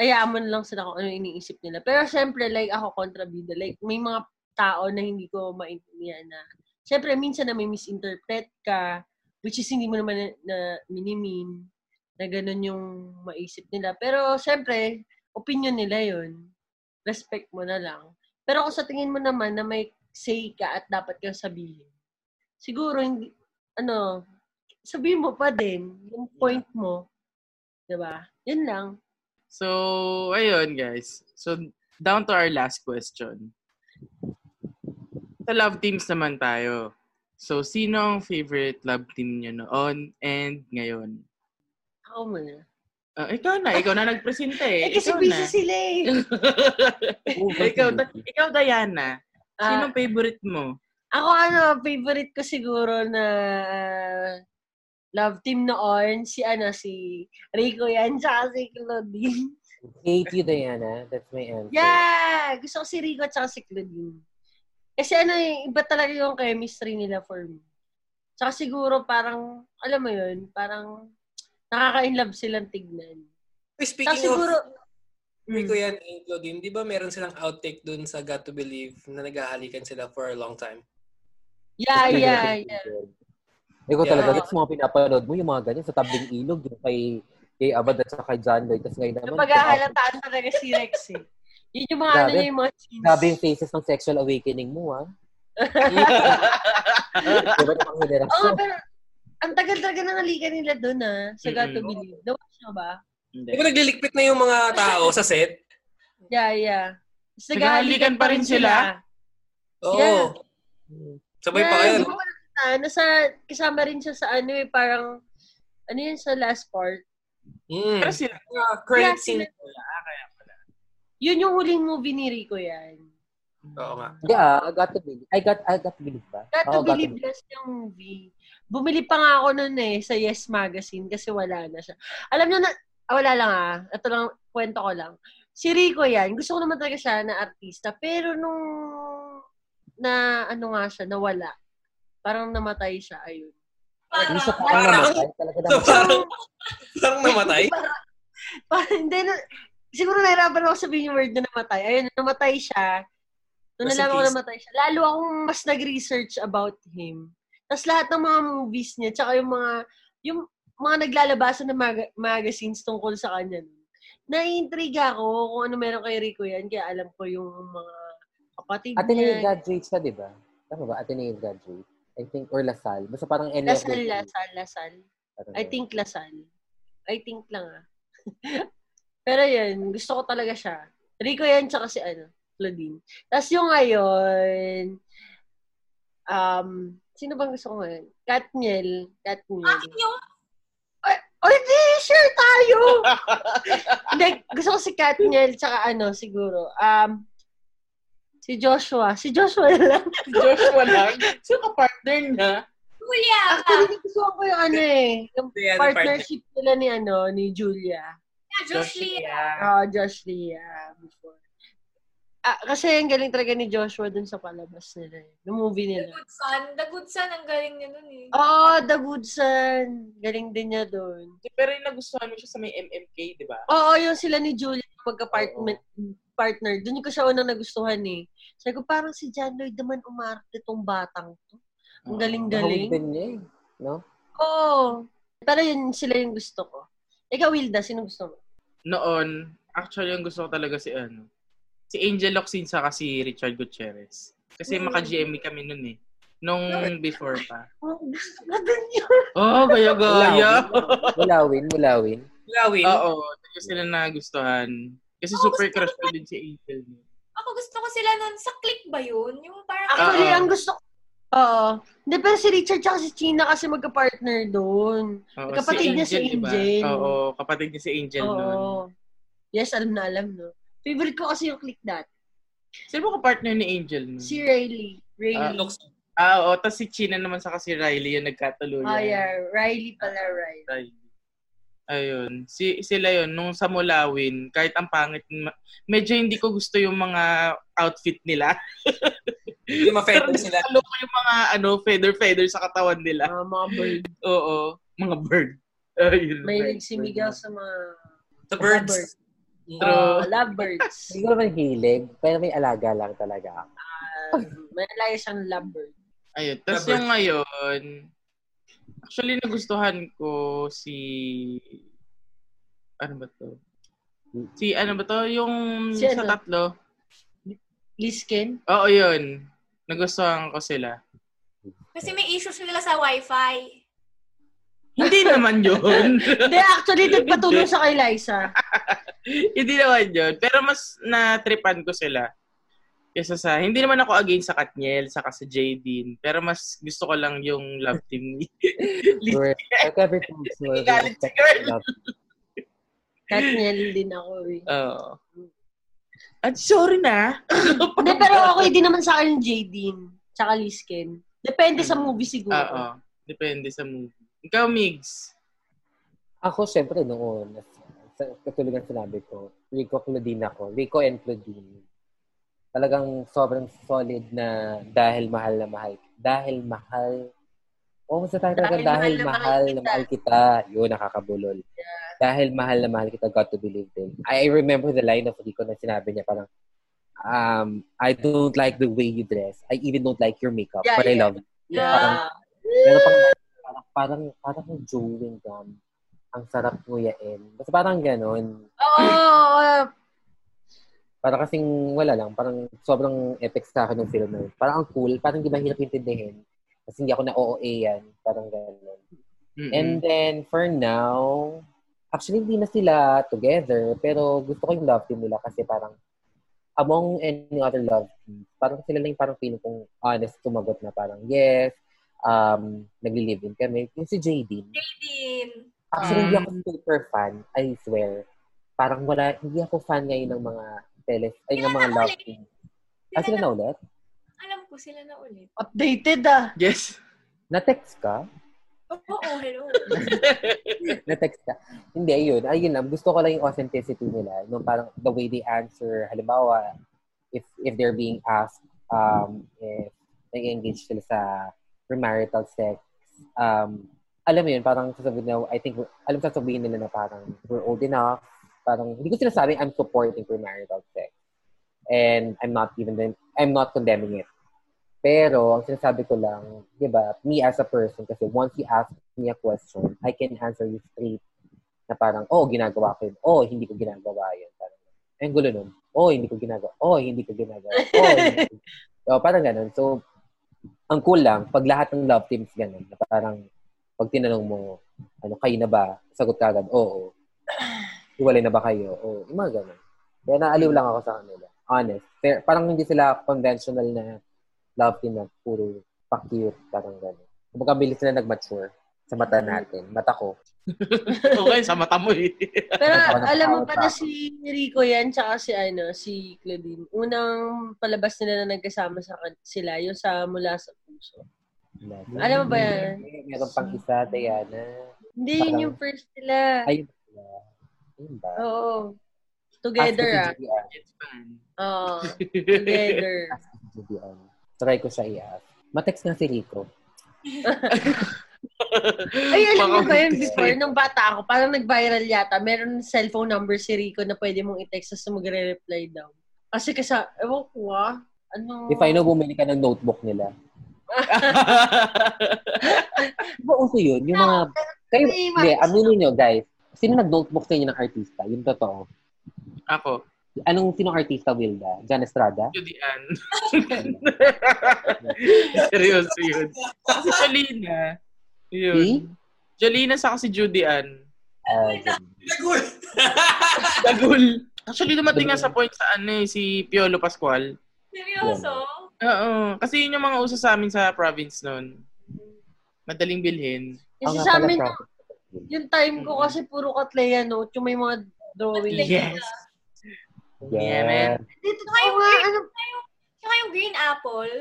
ayaan mo na lang sila kung ano iniisip nila. Pero, syempre, like, ako kontrabida. Like, may mga tao na hindi ko maintindihan na, syempre, minsan na may misinterpret ka, which is hindi mo naman na, na minimin, na ganon yung maisip nila. Pero, syempre, opinion nila yun. Respect mo na lang. Pero kung sa tingin mo naman na may say ka at dapat kang sabihin, siguro hindi, ano, sabihin mo pa din yung point mo. 'Di ba? Yun lang. So, ayun guys. So, down to our last question. Sa love teams naman tayo. So, sino ang favorite love team nyo noon and ngayon? Ako muna. Ah, ikaw na, ikaw na nagpresenta eh. Eh, kasi ikaw busy na. sila eh. [laughs] Oh, ikaw, da- ikaw, Diana. Ah, Sino favorite mo? ako ano, favorite ko siguro na love team noon, si ano, si Rico yan, [laughs] tsaka si Claudine. Hate you, Diana. That's my answer. Yeah! Gusto ko si Rico at saka si Claudine. Kasi ano eh, iba talaga yung chemistry nila for me. Tsaka siguro parang, alam mo yun, parang nakaka-inlove silang tignan. Uy, Tsaka Speaking siguro, of Mm. Rico yan and Claudine, di ba meron silang outtake dun sa Got to Believe na naghahalikan sila for a long time? yeah, yeah, yeah. Ikaw Yeah. talaga, that's mga pinapanood mo, yung mga ganyan, sa tabing ilog, yung kay, kay Abad at saka kay John Lloyd. Tapos ngayon naman, Yung paghahalataan talaga si Rex eh. Yun yung mga ano Grabe. niya, yung mga scenes. grabe yung faces ng sexual awakening mo, ah. diba na pang Oo, generasyon? pero ang tagal talaga ng halikan nila doon ah, sa Got to Mm-mm. Believe. Nawatch mo ba? Di ba naglilikpit na yung mga tao sa set? Yeah, yeah. Tapos Naghahalikan pa rin sila? Oo. Yeah. Sabay pa kayo. di ko no? pa nakita. Nasa, kasama rin siya sa ano eh, parang, ano yun sa last part? Mm. Pero sila, Credit scene. Yun yung huling movie ni Rico yan. Oo nga. Hindi, ah. I got to believe. I got, I got to believe ba? Got Oo, to believe last yung movie. Bumili pa nga ako nun eh, sa Yes Magazine kasi wala na siya. Alam nyo na, ah, wala lang ah. Ito lang, kwento ko lang. Si Rico yan, gusto ko naman talaga siya na artista. Pero nung, na ano nga siya, nawala. Parang namatay siya, ayun. Hindi siya Parang, parang namatay. eh, Talaga So, namatay. parang, parang [laughs] namatay? Parang, hindi na, siguro nahirapan ako sabihin yung word na namatay. Ayun, namatay siya. Nung Rest in nalaman ko peace. namatay siya, lalo akong mas nag-research about him. Tapos lahat ng mga movies niya, tsaka yung mga, yung mga naglalabasan ng mag- magazines tungkol sa kanya. Naiintriga ako kung ano meron kay Rico yan, kaya alam ko yung mga kapatid Ate na niya. yung graduate siya, di ba? Tama ba? Ate na yung graduate. I think, or Lasal. Basta parang any of Lasal, those. Lasal, Lasal. Parang I ganun. think Lasal. I think [laughs] lang ah. Pero yun, gusto ko talaga siya. Rico yan, tsaka si ano, tatlo din. Tapos yung ngayon, um, sino bang gusto ko ngayon? Katniel. Katniel. Akin yun. O, di, sure tayo! [laughs] Hindi, gusto ko si Katniel, tsaka ano, siguro. Um, si Joshua. Si Joshua na lang. Joshua [laughs] lang. Sino ka partner na? Julia. Actually, gusto ko yung ano eh. Yung Kaya, partnership nila ni ano, ni Julia. Yeah, Josh Lee. Oo, Josh Lee, ah, before. Ah, kasi ang galing talaga ni Joshua dun sa palabas nila. eh. Yung movie The nila. Good Son. The Good Son, ang galing niya nun eh. Oo, The Good Son. Galing din niya dun. Pero yung nagustuhan mo siya sa may MMK, di ba? Oo, yung sila ni Julia magka-partner. partner. Dun ko siya unang nagustuhan eh. Sabi ko, parang si John Lloyd naman umarte tong batang to. Ang Nahuli galing-galing. din niya eh. Oo. Pero yun, sila yung gusto ko. Ikaw, Wilda, sino gusto mo? Noon, actually, ang gusto ko talaga si ano, si Angel Locsin sa si Richard Gutierrez. Kasi Mm. maka-GME kami nun eh. Nung before pa. Oh, gusto ko din yun. Oh, gaya-gaya! Mulawin, mulawin. Lawin. Oo, talaga sila nagustuhan. Kasi Oo, super gusto crush ko ko din si Angel. eh. Ako gusto ko sila nun. Sa click ba yun? Yung parang... Actually, Oo. ang gusto ko, oo. Hindi, pero si Richard tsaka si China kasi magka-partner doon. Oo, Kapatid niya si di ba? Angel. Oo, kapatid niya si Angel nun. Oo. Yes, alam na alam, no? Favorite ko kasi yung click that. Sino ba partner ni Angel nun? Si Riley. Riley. Looks Ah, oo. Tapos si China naman sa si Riley yung nagkatuluyan. oh, yeah. Riley pala, Riley. Riley. Ayun. Si, sila yun. Nung sa Mulawin, kahit ang pangit, ma- medyo hindi ko gusto yung mga outfit nila. Hindi ma-feather [laughs] Pero sila. nagkakalo ko yung mga ano, feather-feather sa katawan nila. Ah, mga bird. Oo. Mga bird. [laughs] Ayun. Mahilig bird, si bird. Miguel sa mga... The birds. Mm. Lovebirds. True. Ah, [laughs] lovebirds. Hindi ko naman hilig, pero may alaga lang talaga. Ah, may alayo siyang lovebird. Ayun. Tapos Rubber. yung ngayon, actually nagustuhan ko si, ano ba to? Si ano ba to? Yung Si sa ano? tatlo. Liskin? Oo, yun. Nagustuhan ko [laughs] sila. Kasi may issue sila sa wifi. Hindi naman [laughs] yun. Hindi, actually, nagpatulong sa kay Liza. [laughs] hindi naman yun. Pero mas na-tripan ko sila. Kesa sa, hindi naman ako against sa Katniel, saka sa Jadeen. Pero mas gusto ko lang yung [laughs] love team ni Lisa. Girl, like every time so, [laughs] Galit si girl. Katniel din ako eh. Oo. At sorry na. Hindi, pero okay din naman sa akin yung Jadeen. Tsaka Lisken. Depende sa movie siguro. Oo. Depende sa movie. Ikaw, Migs. Ako, syempre, noon, sa katulad ng sinabi ko, Rico Claudine ako. Rico and Claudine. Talagang sobrang solid na dahil mahal na mahal. Dahil mahal. Oo, oh, sa tayo talaga, dahil, mahal, na mahal kita. Yun, nakakabulol. Dahil mahal na mahal kita, got to believe them. I remember the line of Rico na sinabi niya parang, um, I don't like the way you dress. I even don't like your makeup. Yeah, but I yeah. love it. Parang, Yeah. pero pang, parang, parang, parang yung chewing gum. Ang sarap nguyain. Basta parang ganon. Oo. oo. Parang kasing wala lang. Parang sobrang epic sa akin ng film na yun. Parang ang cool. Parang hindi mahirap intindihin. Kasi hindi ako na OOA yan. Parang ganon. Mm-mm. And then, for now, actually hindi na sila together. Pero gusto ko yung love team nila kasi parang among any other love team, parang sila lang yung parang feeling kong honest tumagot na parang yes, um, nagli-live-in kami. Yung si Jaden, Jadeen. Actually, Um, hindi ako super fan. I swear. Parang wala, hindi ako fan ngayon ng mga tele, ay, ng Sila mga na love ulit. team. Ah, sila na ulit? Alam ko sila na [laughs] ulit. Updated ah. [laughs] Yes. Na-text ka? Oo, hello. [laughs] Na-text ka? Hindi, ayun. Ayun lang. Gusto ko lang yung authenticity nila. Nung parang the way they answer. Halimbawa, if if they're being asked um, if nag-engage sila sa premarital sex, um, alam mo yun, parang sasabihin na, I think, alam sasabihin nila na parang we're old enough. Parang, hindi ko sinasabing I'm supporting premarital sex. And I'm not even, I'm not condemning it. Pero, ang sinasabi ko lang, di ba, me as a person, kasi once you ask me a question, I can answer you straight na parang, oh, ginagawa ko yun. Oh, hindi ko ginagawa yun. Parang, ay, ang gulo nun. Oh, hindi ko ginagawa. Oh, hindi ko ginagawa. Oh, hindi ko. so, parang ganun. So, ang cool lang, pag lahat ng love teams ganun, na parang, pag tinanong mo, ano, kayo na ba? Sagot ka Oh, agad, oo. Hiwalay na ba kayo? Oo. Yung mga ganun. Kaya naaliw lang ako sa kanila. honest. They're, parang hindi sila conventional na love team na puro pa-cute, parang gano'n. Kumbaga, bilis sila nag-mature sa mata natin. Mata ko. okay, sa mata mo eh. Pero Nagkaroon ng alam mo tao pala tao. si Rico yan, tsaka si, ano, si Claudine. Unang palabas nila na nagkasama sa kan- sila, yung sa Mula sa Puso. Alam mo ba yan? Eh, Meron pang isa, Diana. Hindi, yun Parang- yung first nila. Ayun ba? Ayun ba? Oh, Oo. Ask ko si Together, ah. Julian. It's fun. Oo. [laughs] Together. Ask ko si Julian. Try ko siya i-ask. Matext nga si Rico. Ay, alam mo Baka ba yun buntis [laughs] before, eh. nung bata ako, parang nag-viral yata, meron cellphone number si Rico na pwede mong i-text tapos magre-reply daw. Kasi kasi, ewan ko ah, ano... If I know, bumili ka ng notebook nila. [laughs] Di ba uso yun? Yung mga... Kayo, Ay, hindi, Marcos. aminin nyo, guys. Sino nag-notebook sa inyo ng artista? Yung totoo. Ako, Anong sinong artista, Wilda? Jan [laughs] Estrada? Judian. [laughs] Seryoso yun. Saka si Jolina. Yun. Si? Jolina saka si Judy Ann. Uh, Nagul! Dagul. Actually, dumating nga sa point sa ano eh, si Piolo Pascual. Seryoso? Oo. Kasi yun yung mga uso sa amin sa province noon. Madaling bilhin. Kasi sa amin, yung time Mm-hmm. ko kasi puro katleya note, yung may mga drawing. Yes. Yeah, man. Dito Ay, nga, wait. ano, Tsaka yung green apple.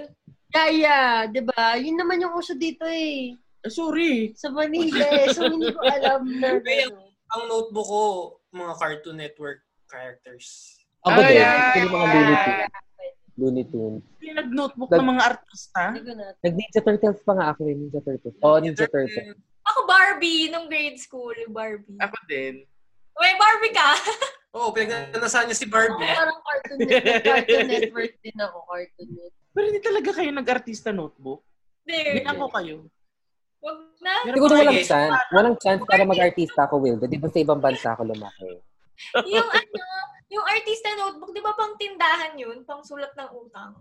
kaya, di ba? Yun naman yung uso dito eh. Eh, sorry. Sa Manila eh. So, hindi ko alam na. ano. Ang notebook ko, mga Cartoon Network characters. Ako Ah, Oh, din. yeah. Sino mga Looney Tunes? Looney Tunes. Yung nag-notebook Dag- ng mga artista. Hindi ko na. Nag-Ninja Turtles pa nga ako eh. Ninja Turtles. Oh, Ninja Turtles. Ako Barbie nung grade school. Barbie. Ako din. May Barbie ka? [laughs] Oo, oh, pinagdanasan niya si eh. Ako Barbie. parang Cartoon Network. Cartoon Network din ako. Cartoon Network. Pero hindi talaga kayo nag-artista notebook. There. Hindi. Ginako kayo. Wag na. Meron Siguro ba kayo? walang chance. Walang chance para mag-artista ako, Wilda. Di ba sa ibang bansa ako lumaki? Yung ano, yung artista notebook, di ba pang tindahan yun? Pang sulat ng utang.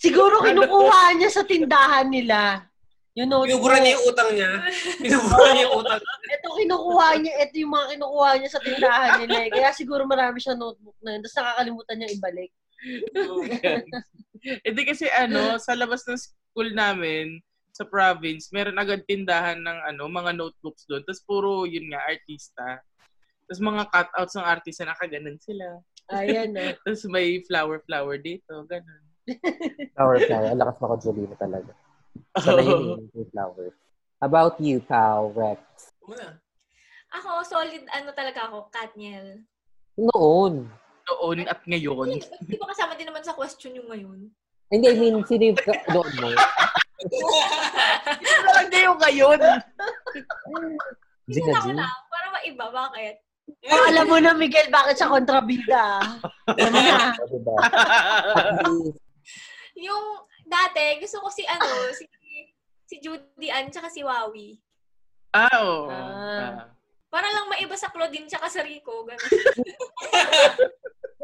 Siguro kinukuha niya sa tindahan nila. You know, Pinugura niya yung utang niya. Pinugura niya yung utang. ito kinukuha niya, ito yung mga kinukuha niya sa tindahan nila. eh. Kaya siguro marami siya notebook na yun. Tapos nakakalimutan niya ibalik. [laughs] Eh di Oh, kasi ano, sa labas ng school namin, sa province, meron agad tindahan ng ano, mga notebooks doon. Tapos puro, yun nga, artista. Tapos mga cutouts ng artista, nakaganan sila. Ayan oh. na. [laughs] Tapos may flower-flower dito, ganun. Flower, flower. Ang lakas mako Jolene [laughs] talaga. Sana yun yung flower. About you, pal, Rex. Muna. Ako, solid ano talaga ako, Katniel. Noon. [laughs] Noon at ngayon. [laughs] Hindi di ba kasama din naman sa question yung ngayon? Hindi, I mean, sino yung ka- noon [laughs] mo? Talaga yung ngayon. Jing na Ako Jing. lang, para maiba, bakit? Oh, alam mo na, Miguel, bakit siya kontrabida? Ano na? O, diba? Yung dati, gusto ko si ano, si si Judy Ann tsaka si Wawi. Ah, oo. Ah. Ah. Para lang maiba sa Claudine tsaka sa Rico. Ganun.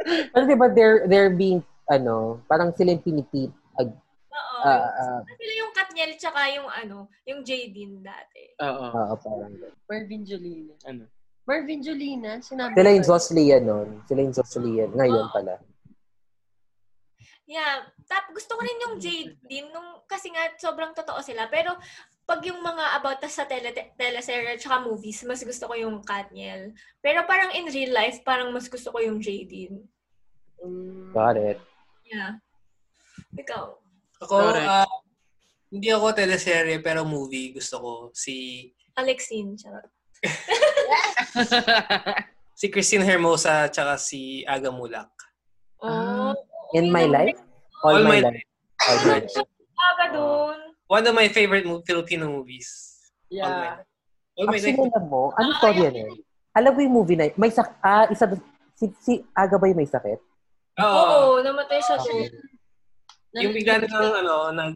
Pero diba, they're, they're being, ano, parang sila yung pinipit. Oo. ah, ah, Sila yung Katniel tsaka yung ano, yung Jadine dati. Oo. ah, ah, parang. Marvin Jolina. Ano? Marvin Jolina? Sinabi Sila yung ko ba? Josh Leah noon. Sila yung Josh Leah. Ngayon pala. Yeah. Tap, gusto ko rin yung Jadine nung, kasi nga sobrang totoo sila. Pero pag yung mga about us sa tele, teleserye tsaka movies, mas gusto ko yung Katniel. Pero parang in real life, parang mas gusto ko yung Jadine. Mm. Got it. Yeah. Ikaw. Ako, Correct. ah, hindi ako teleserye pero movie gusto ko. Si Alexine. Charot. si Christine Hermosa tsaka si Aga Mulak. Oh. In my life? All, my, life. All my life. Aga dun. One of my favorite mo- Filipino movies. All Yeah. Oh my Ah, Actually, life. alam mo, ano story yan eh? Alam mo yung movie na yun? May sak ah, isa, si, si Aga ba yung may sakit? oh, Oo. Oo, namatay Oh, siya dun. yung bigla na lang, ano, nag,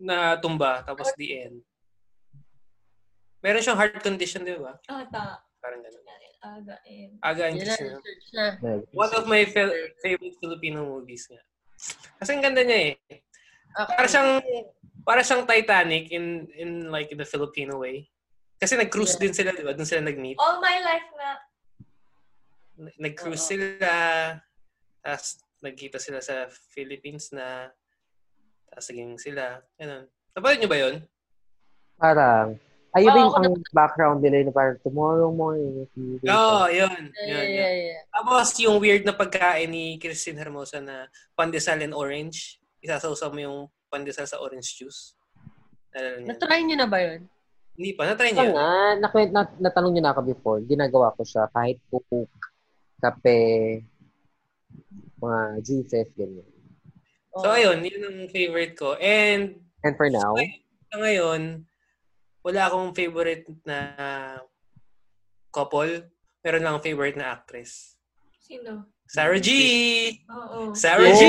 natumba, tapos the end. Meron siyang heart condition, di ba? Ata. Parang ganun. Aga eh. Aga Yan and na, Christine. research na. One of my fel- favorite Filipino movies nga. Kasi ang ganda niya eh. Okay. Para siyang para siyang Titanic in in like the Filipino way. Kasi nag-cruise din sila, di ba? Doon sila nag-meet. All my life na. Nag-cruise Oo. sila. Tapos nagkita sila sa Philippines na. Tapos naging sila. Ganun. Napanood nyo ba yun? Parang, ay, yun Oo, ba yung ako ang background nila yun, parang tomorrow morning. if you wake Oo, up. yun. Yeah, yun, yun. yeah, yeah. Tapos yung weird na pagkain ni Christine Hermosa na pandesal and orange. Isasawsaw mo yung pandesal sa orange juice. Nalala niyo? Na-try nyo na ba yun? Hindi pa, natry Ito niyo. nga, nakwent, nat, natanong niyo na ako before, ginagawa ko siya kahit cook, kape, mga juices, ganyan. So [laughs] ayun, yun ang favorite ko. And And for now, sa ngayon, wala akong favorite na couple. Meron lang akong favorite na actress. Sino? Sarah G! Oo. Sarah G!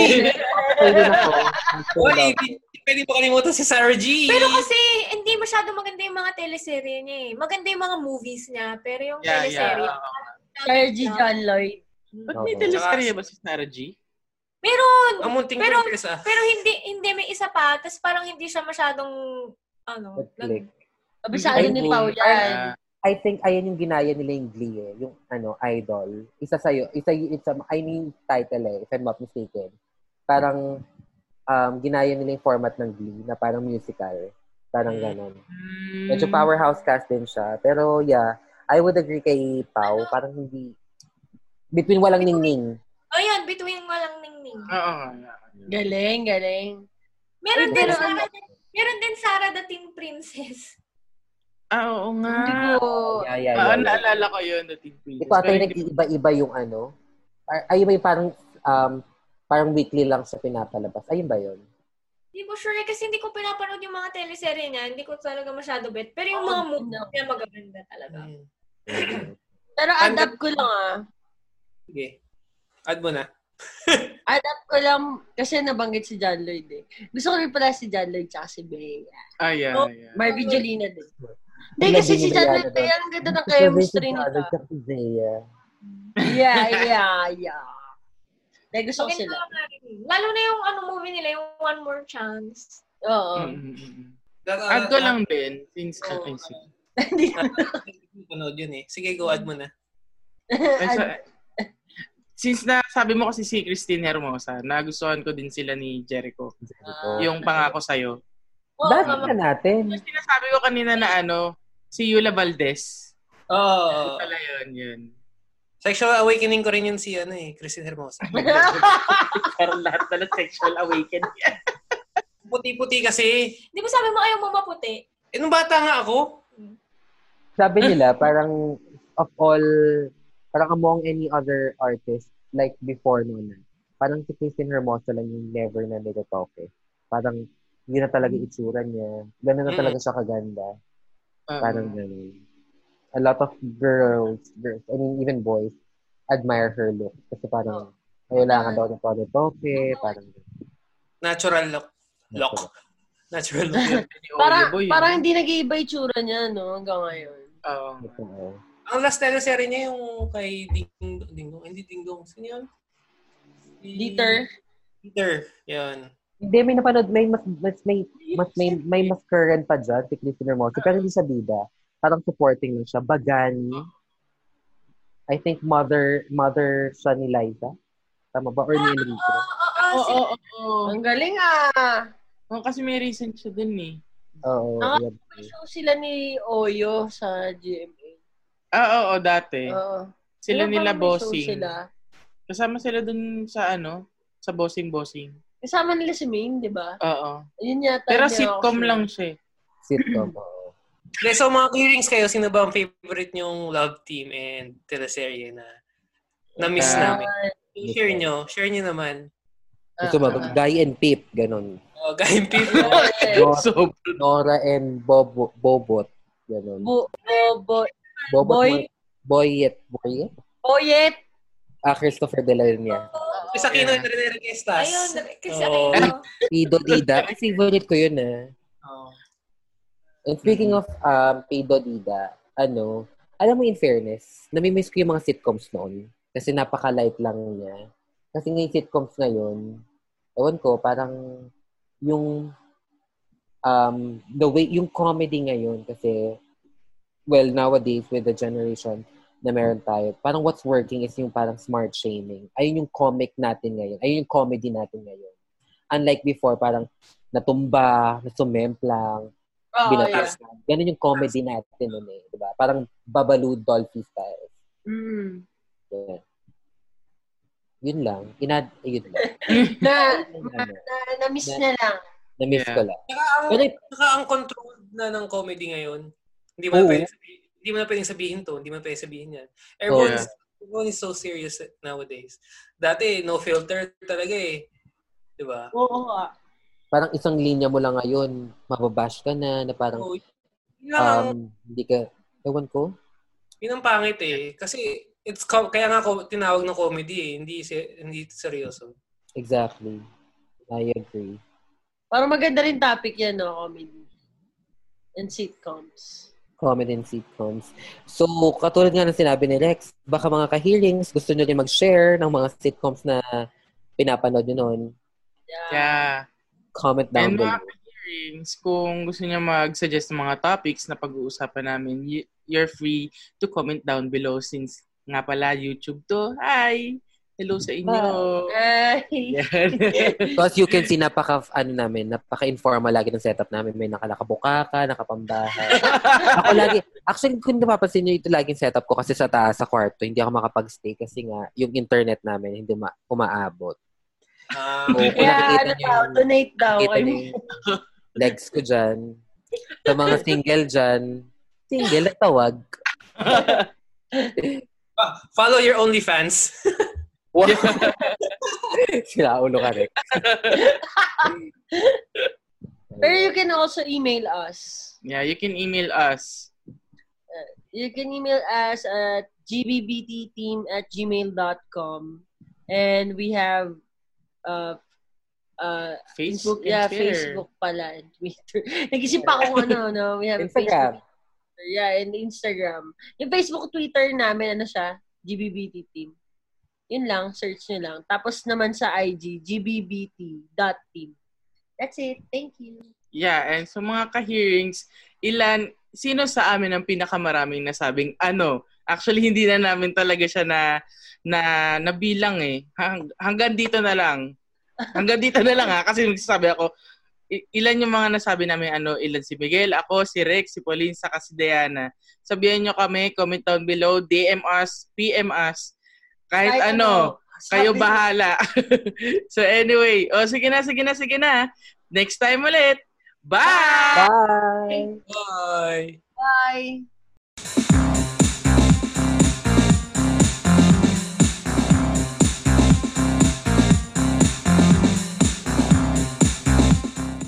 pwede na ako. Uy, pwede mo kalimutan si Sarah G! Pero kasi hindi masyado maganda yung mga teleserye niya eh. Maganda yung mga movies niya, pero yung Yeah, teleserye. yeah. Sarah G. John Lloyd. Ba't may Oo. teleserye ba si Sarah G? Meron! Ang munting Pero- actress ah. Pero hindi, hindi may isa pa, tapos parang hindi siya masyadong, ano, Netflix. Kabisado ni Ay, Pao yan. Ah, I think ayan yung ginaya nila yung Glee eh, yung ano, idol. Isa sa'yo, isa y- it's, um, I mean title eh, if I'm not mistaken. Parang um, ginaya nila yung format ng Glee na parang musical. Mm. Parang ganon. Hmm. Medyo powerhouse cast din siya. Pero yeah, I would agree kay Pau. Ano? Parang hindi, between walang ningning. oh yun, between walang ningning. Oo nga. nga. Galing, galing. Meron Ay, din pero Sarah, meron din Sarah the Teen Princess. Ah, oo nga. Hindi ko. Yeah, yeah, yeah. yeah. Ah, naalala ko yun, the Teen Princess. Ito ata Pero yung hindi- nag-iiba-iba yung ano. Par- Ayun ba yung parang, um, parang weekly lang siya pinapalabas. Ayun ba yun? Hindi ko sure eh, kasi hindi ko pinapanood yung mga teleserye niya. Hindi ko talaga masyado bet. Pero yung mga movies no. niya magaganda talaga. Hmm, Pero add up ko lang ah. Sige. Add mo na. Add up ko lang kasi nabanggit si John Lloyd eh. Gusto ko rin pala si John Lloyd tsaka si Bea. Ah, yeah, yeah. Marvin Jolina din. Hindi Lagi kasi si nila John yan, Lloyd ano? Bea, ang ganda ng Sabi si chemistry Jared nila. at si Zea. Yeah, yeah, yeah. Dahil gusto ko Maganda sila. nga rin. Lalo na yung ano movie nila, yung One More Chance. Oo. Mm, mm, mm, mm. Add ko lang din, since Oo. ay, sige. Hindi ko. [laughs] Panood yun eh. Sige, go add mo na. Ay, Add- [laughs] sa- since na sabi mo kasi si Christine Hermosa, nagustuhan ko din sila ni Jericho. Ah. Yung pangako sa'yo. Oo, Dati mama. na natin. Yung sinasabi ko kanina na ano, si Yula Valdez. Oo. Pala yun, [laughs] yun. Sexual awakening ko rin yun si ano eh, Christine Hermosa. Pero lahat pala sexual awakening. Puti-puti kasi. Di ba sabi mo ayaw mo maputi? Eh, nung bata nga ako. Sabi nila, parang of all, parang among any other artist, like before noon, na, parang si Christine Hermosa lang yung never na nagatoke. eh. Parang yun na talaga itsura niya. Ganun na Mm. talaga siya kaganda. Oo. Parang ganun. A lot of girls, girls, I mean even boys, admire her look. Kasi parang, kailangan daw ng toke, parang Natural look. Look. Natural look. yun. Ni Parang, Olivo yun. parang hindi nag-iiba yung tsura niya, no? Hanggang ngayon. Oo. Oo. Ang last teleserye niya yung kay Ding Ding Dong. Hindi Ding Dong. Sino yun? Si- Dieter. Dieter. Yun. Hindi, may napanood, may mas, mas, may, mas, may, may mas current pa dyan si Christine Hermosa. Pero hindi siya bida. Parang supporting lang siya. Bagani. I think mother, mother siya ni Liza. Tama ba? Or ni Enrico. Oo, oo, Oo, si- oo, oo. Ang galing ah. Oo, Oh, Kasi may recent siya dun eh. Oo. Ah. yun. May show sila ni Oyo sa GMA. Ah, oo, oo, dati. Oo. Sila Ano ba nila may show bossing. Sila. Kasama sila dun sa ano, sa bossing-bossing. Kasama nila si Ming, di ba? Oo. Yun yata. Pero hindi ako sitcom sure. lang siya eh. Sitcom. oo. Okay, so mga clearings kayo, sino ba ang favorite niyong love team and teleserye na na-miss Ah. namin? Share nyo. Share nyo naman. Ah, Gusto mo, ah. eh. Die and Pip. Ganon. Oh, guy [laughs] people. Okay. Nora, So, Nora and Bobo, Bobot. Ganon. Bu- bu- bu- Bobot. Boy. Boy. Boyet. Boyet? Boyet. Ah, Christopher de la Renia. Kasi kino yung nare-requestas. Ayun, kasi Oo. ayun. Pido Dida. Ay, favorite ko yun ah. Oh. And speaking of um, Pido Dida, ano, alam mo in fairness, namimiss ko yung mga sitcoms noon. Kasi napaka-light lang niya. Kasi ngayon sitcoms ngayon, ewan ko, parang yung um, the way, yung comedy ngayon kasi, well, nowadays with the generation, na meron tayo. Parang what's working is yung parang smart shaming. Ayun yung comic natin ngayon. Ayun yung comedy natin ngayon. Unlike before, parang natumba, nasumemplang, Oh, yeah. binatas. Ganun yung comedy natin nun eh. Diba? Parang babalu dolphy style. Mm. Yeah. Yun lang. Inad, yun lang. [laughs] Na, Yun lang. na, na-miss na lang. Na-miss Yeah. ko lang. Saka ang, Pero eh, saka ang controlled na ng comedy ngayon. Hindi mo na Oo. pwedeng sabihin, hindi mo na pwedeng sabihin to, hindi mo na pwedeng sabihin yan. Everyone, Yeah. is, everyone is so serious nowadays. Dati, no filter talaga eh. Di ba? Oo nga. ah. parang isang linya mo lang ngayon, mababash ka na, na parang, So, yun lang ang um, hindi ka, ewan ko. Yun ang pangit eh. Kasi it's co- kaya nga ko tinawag na comedy eh. Hindi se- hindi seryoso. Exactly. I agree. Parang maganda rin topic yan, no? Comedy. And sitcoms. Comedy and sitcoms. So, katulad nga ng sinabi ni Lex, baka mga ka-healings, gusto nyo rin mag-share ng mga sitcoms na pinapanood nyo noon, Yeah. Yeah. comment down And uh, mga below. hearings, kung gusto niya mag-suggest ng mga topics na pag-uusapan namin, y- you're free to comment down below since nga pala YouTube to. Hi! Hello sa inyo! Ay. Yan. [laughs] Because you can see, napaka, ano namin, napaka-informal lagi ng setup namin. May nakalakabukaka, nakapambahay. ako lagi, actually, kung napapansin nyo, ito laging setup ko kasi sa taas, sa kwarto, hindi ako makapag-stay kasi nga, yung internet namin, hindi ma- umaabot. Ah, So, kung Yeah, nakikita ano nyo daw, yung- donate daw. Kita niyo Ano? yung legs ko dyan. Sa mga single dyan, single na tawag. ah, follow your OnlyFans. [laughs] Wow. [laughs] Sila ulo ka rin. Pero you can also email us. yeah, you can email us. You can email us at gbbtteam at gmail.com. And we have uh, uh, Facebook and yeah, Twitter. Facebook pala. And Twitter. [laughs] Nag-isip pa ako ano, no? We have Instagram. Facebook. Twitter. Yeah, and Instagram. Yung Facebook, Twitter namin, ano siya? GBBT Team. Yun lang, search nyo lang. Tapos naman sa IG, gbbt.team. That's it. Thank you. Yeah, and sa mga ka-hearings, ilan, sino sa amin ang pinakamaraming nasabing ano? Actually, hindi na namin talaga siya na, na nabilang eh. Hang, hanggang dito na lang. Hanggang dito na lang ha, kasi nagsasabi ako, i- ilan yung mga nasabi namin ano, ilan si Miguel, ako, si Rex, si Pauline, saka si Diana. Sabihan nyo kami, comment down below, DM us, PM us, kahit, ano. Kayo bahala. [laughs] so anyway, oh sige na, sige na, sige na. Next time ulit. Bye! Bye! Bye. Bye.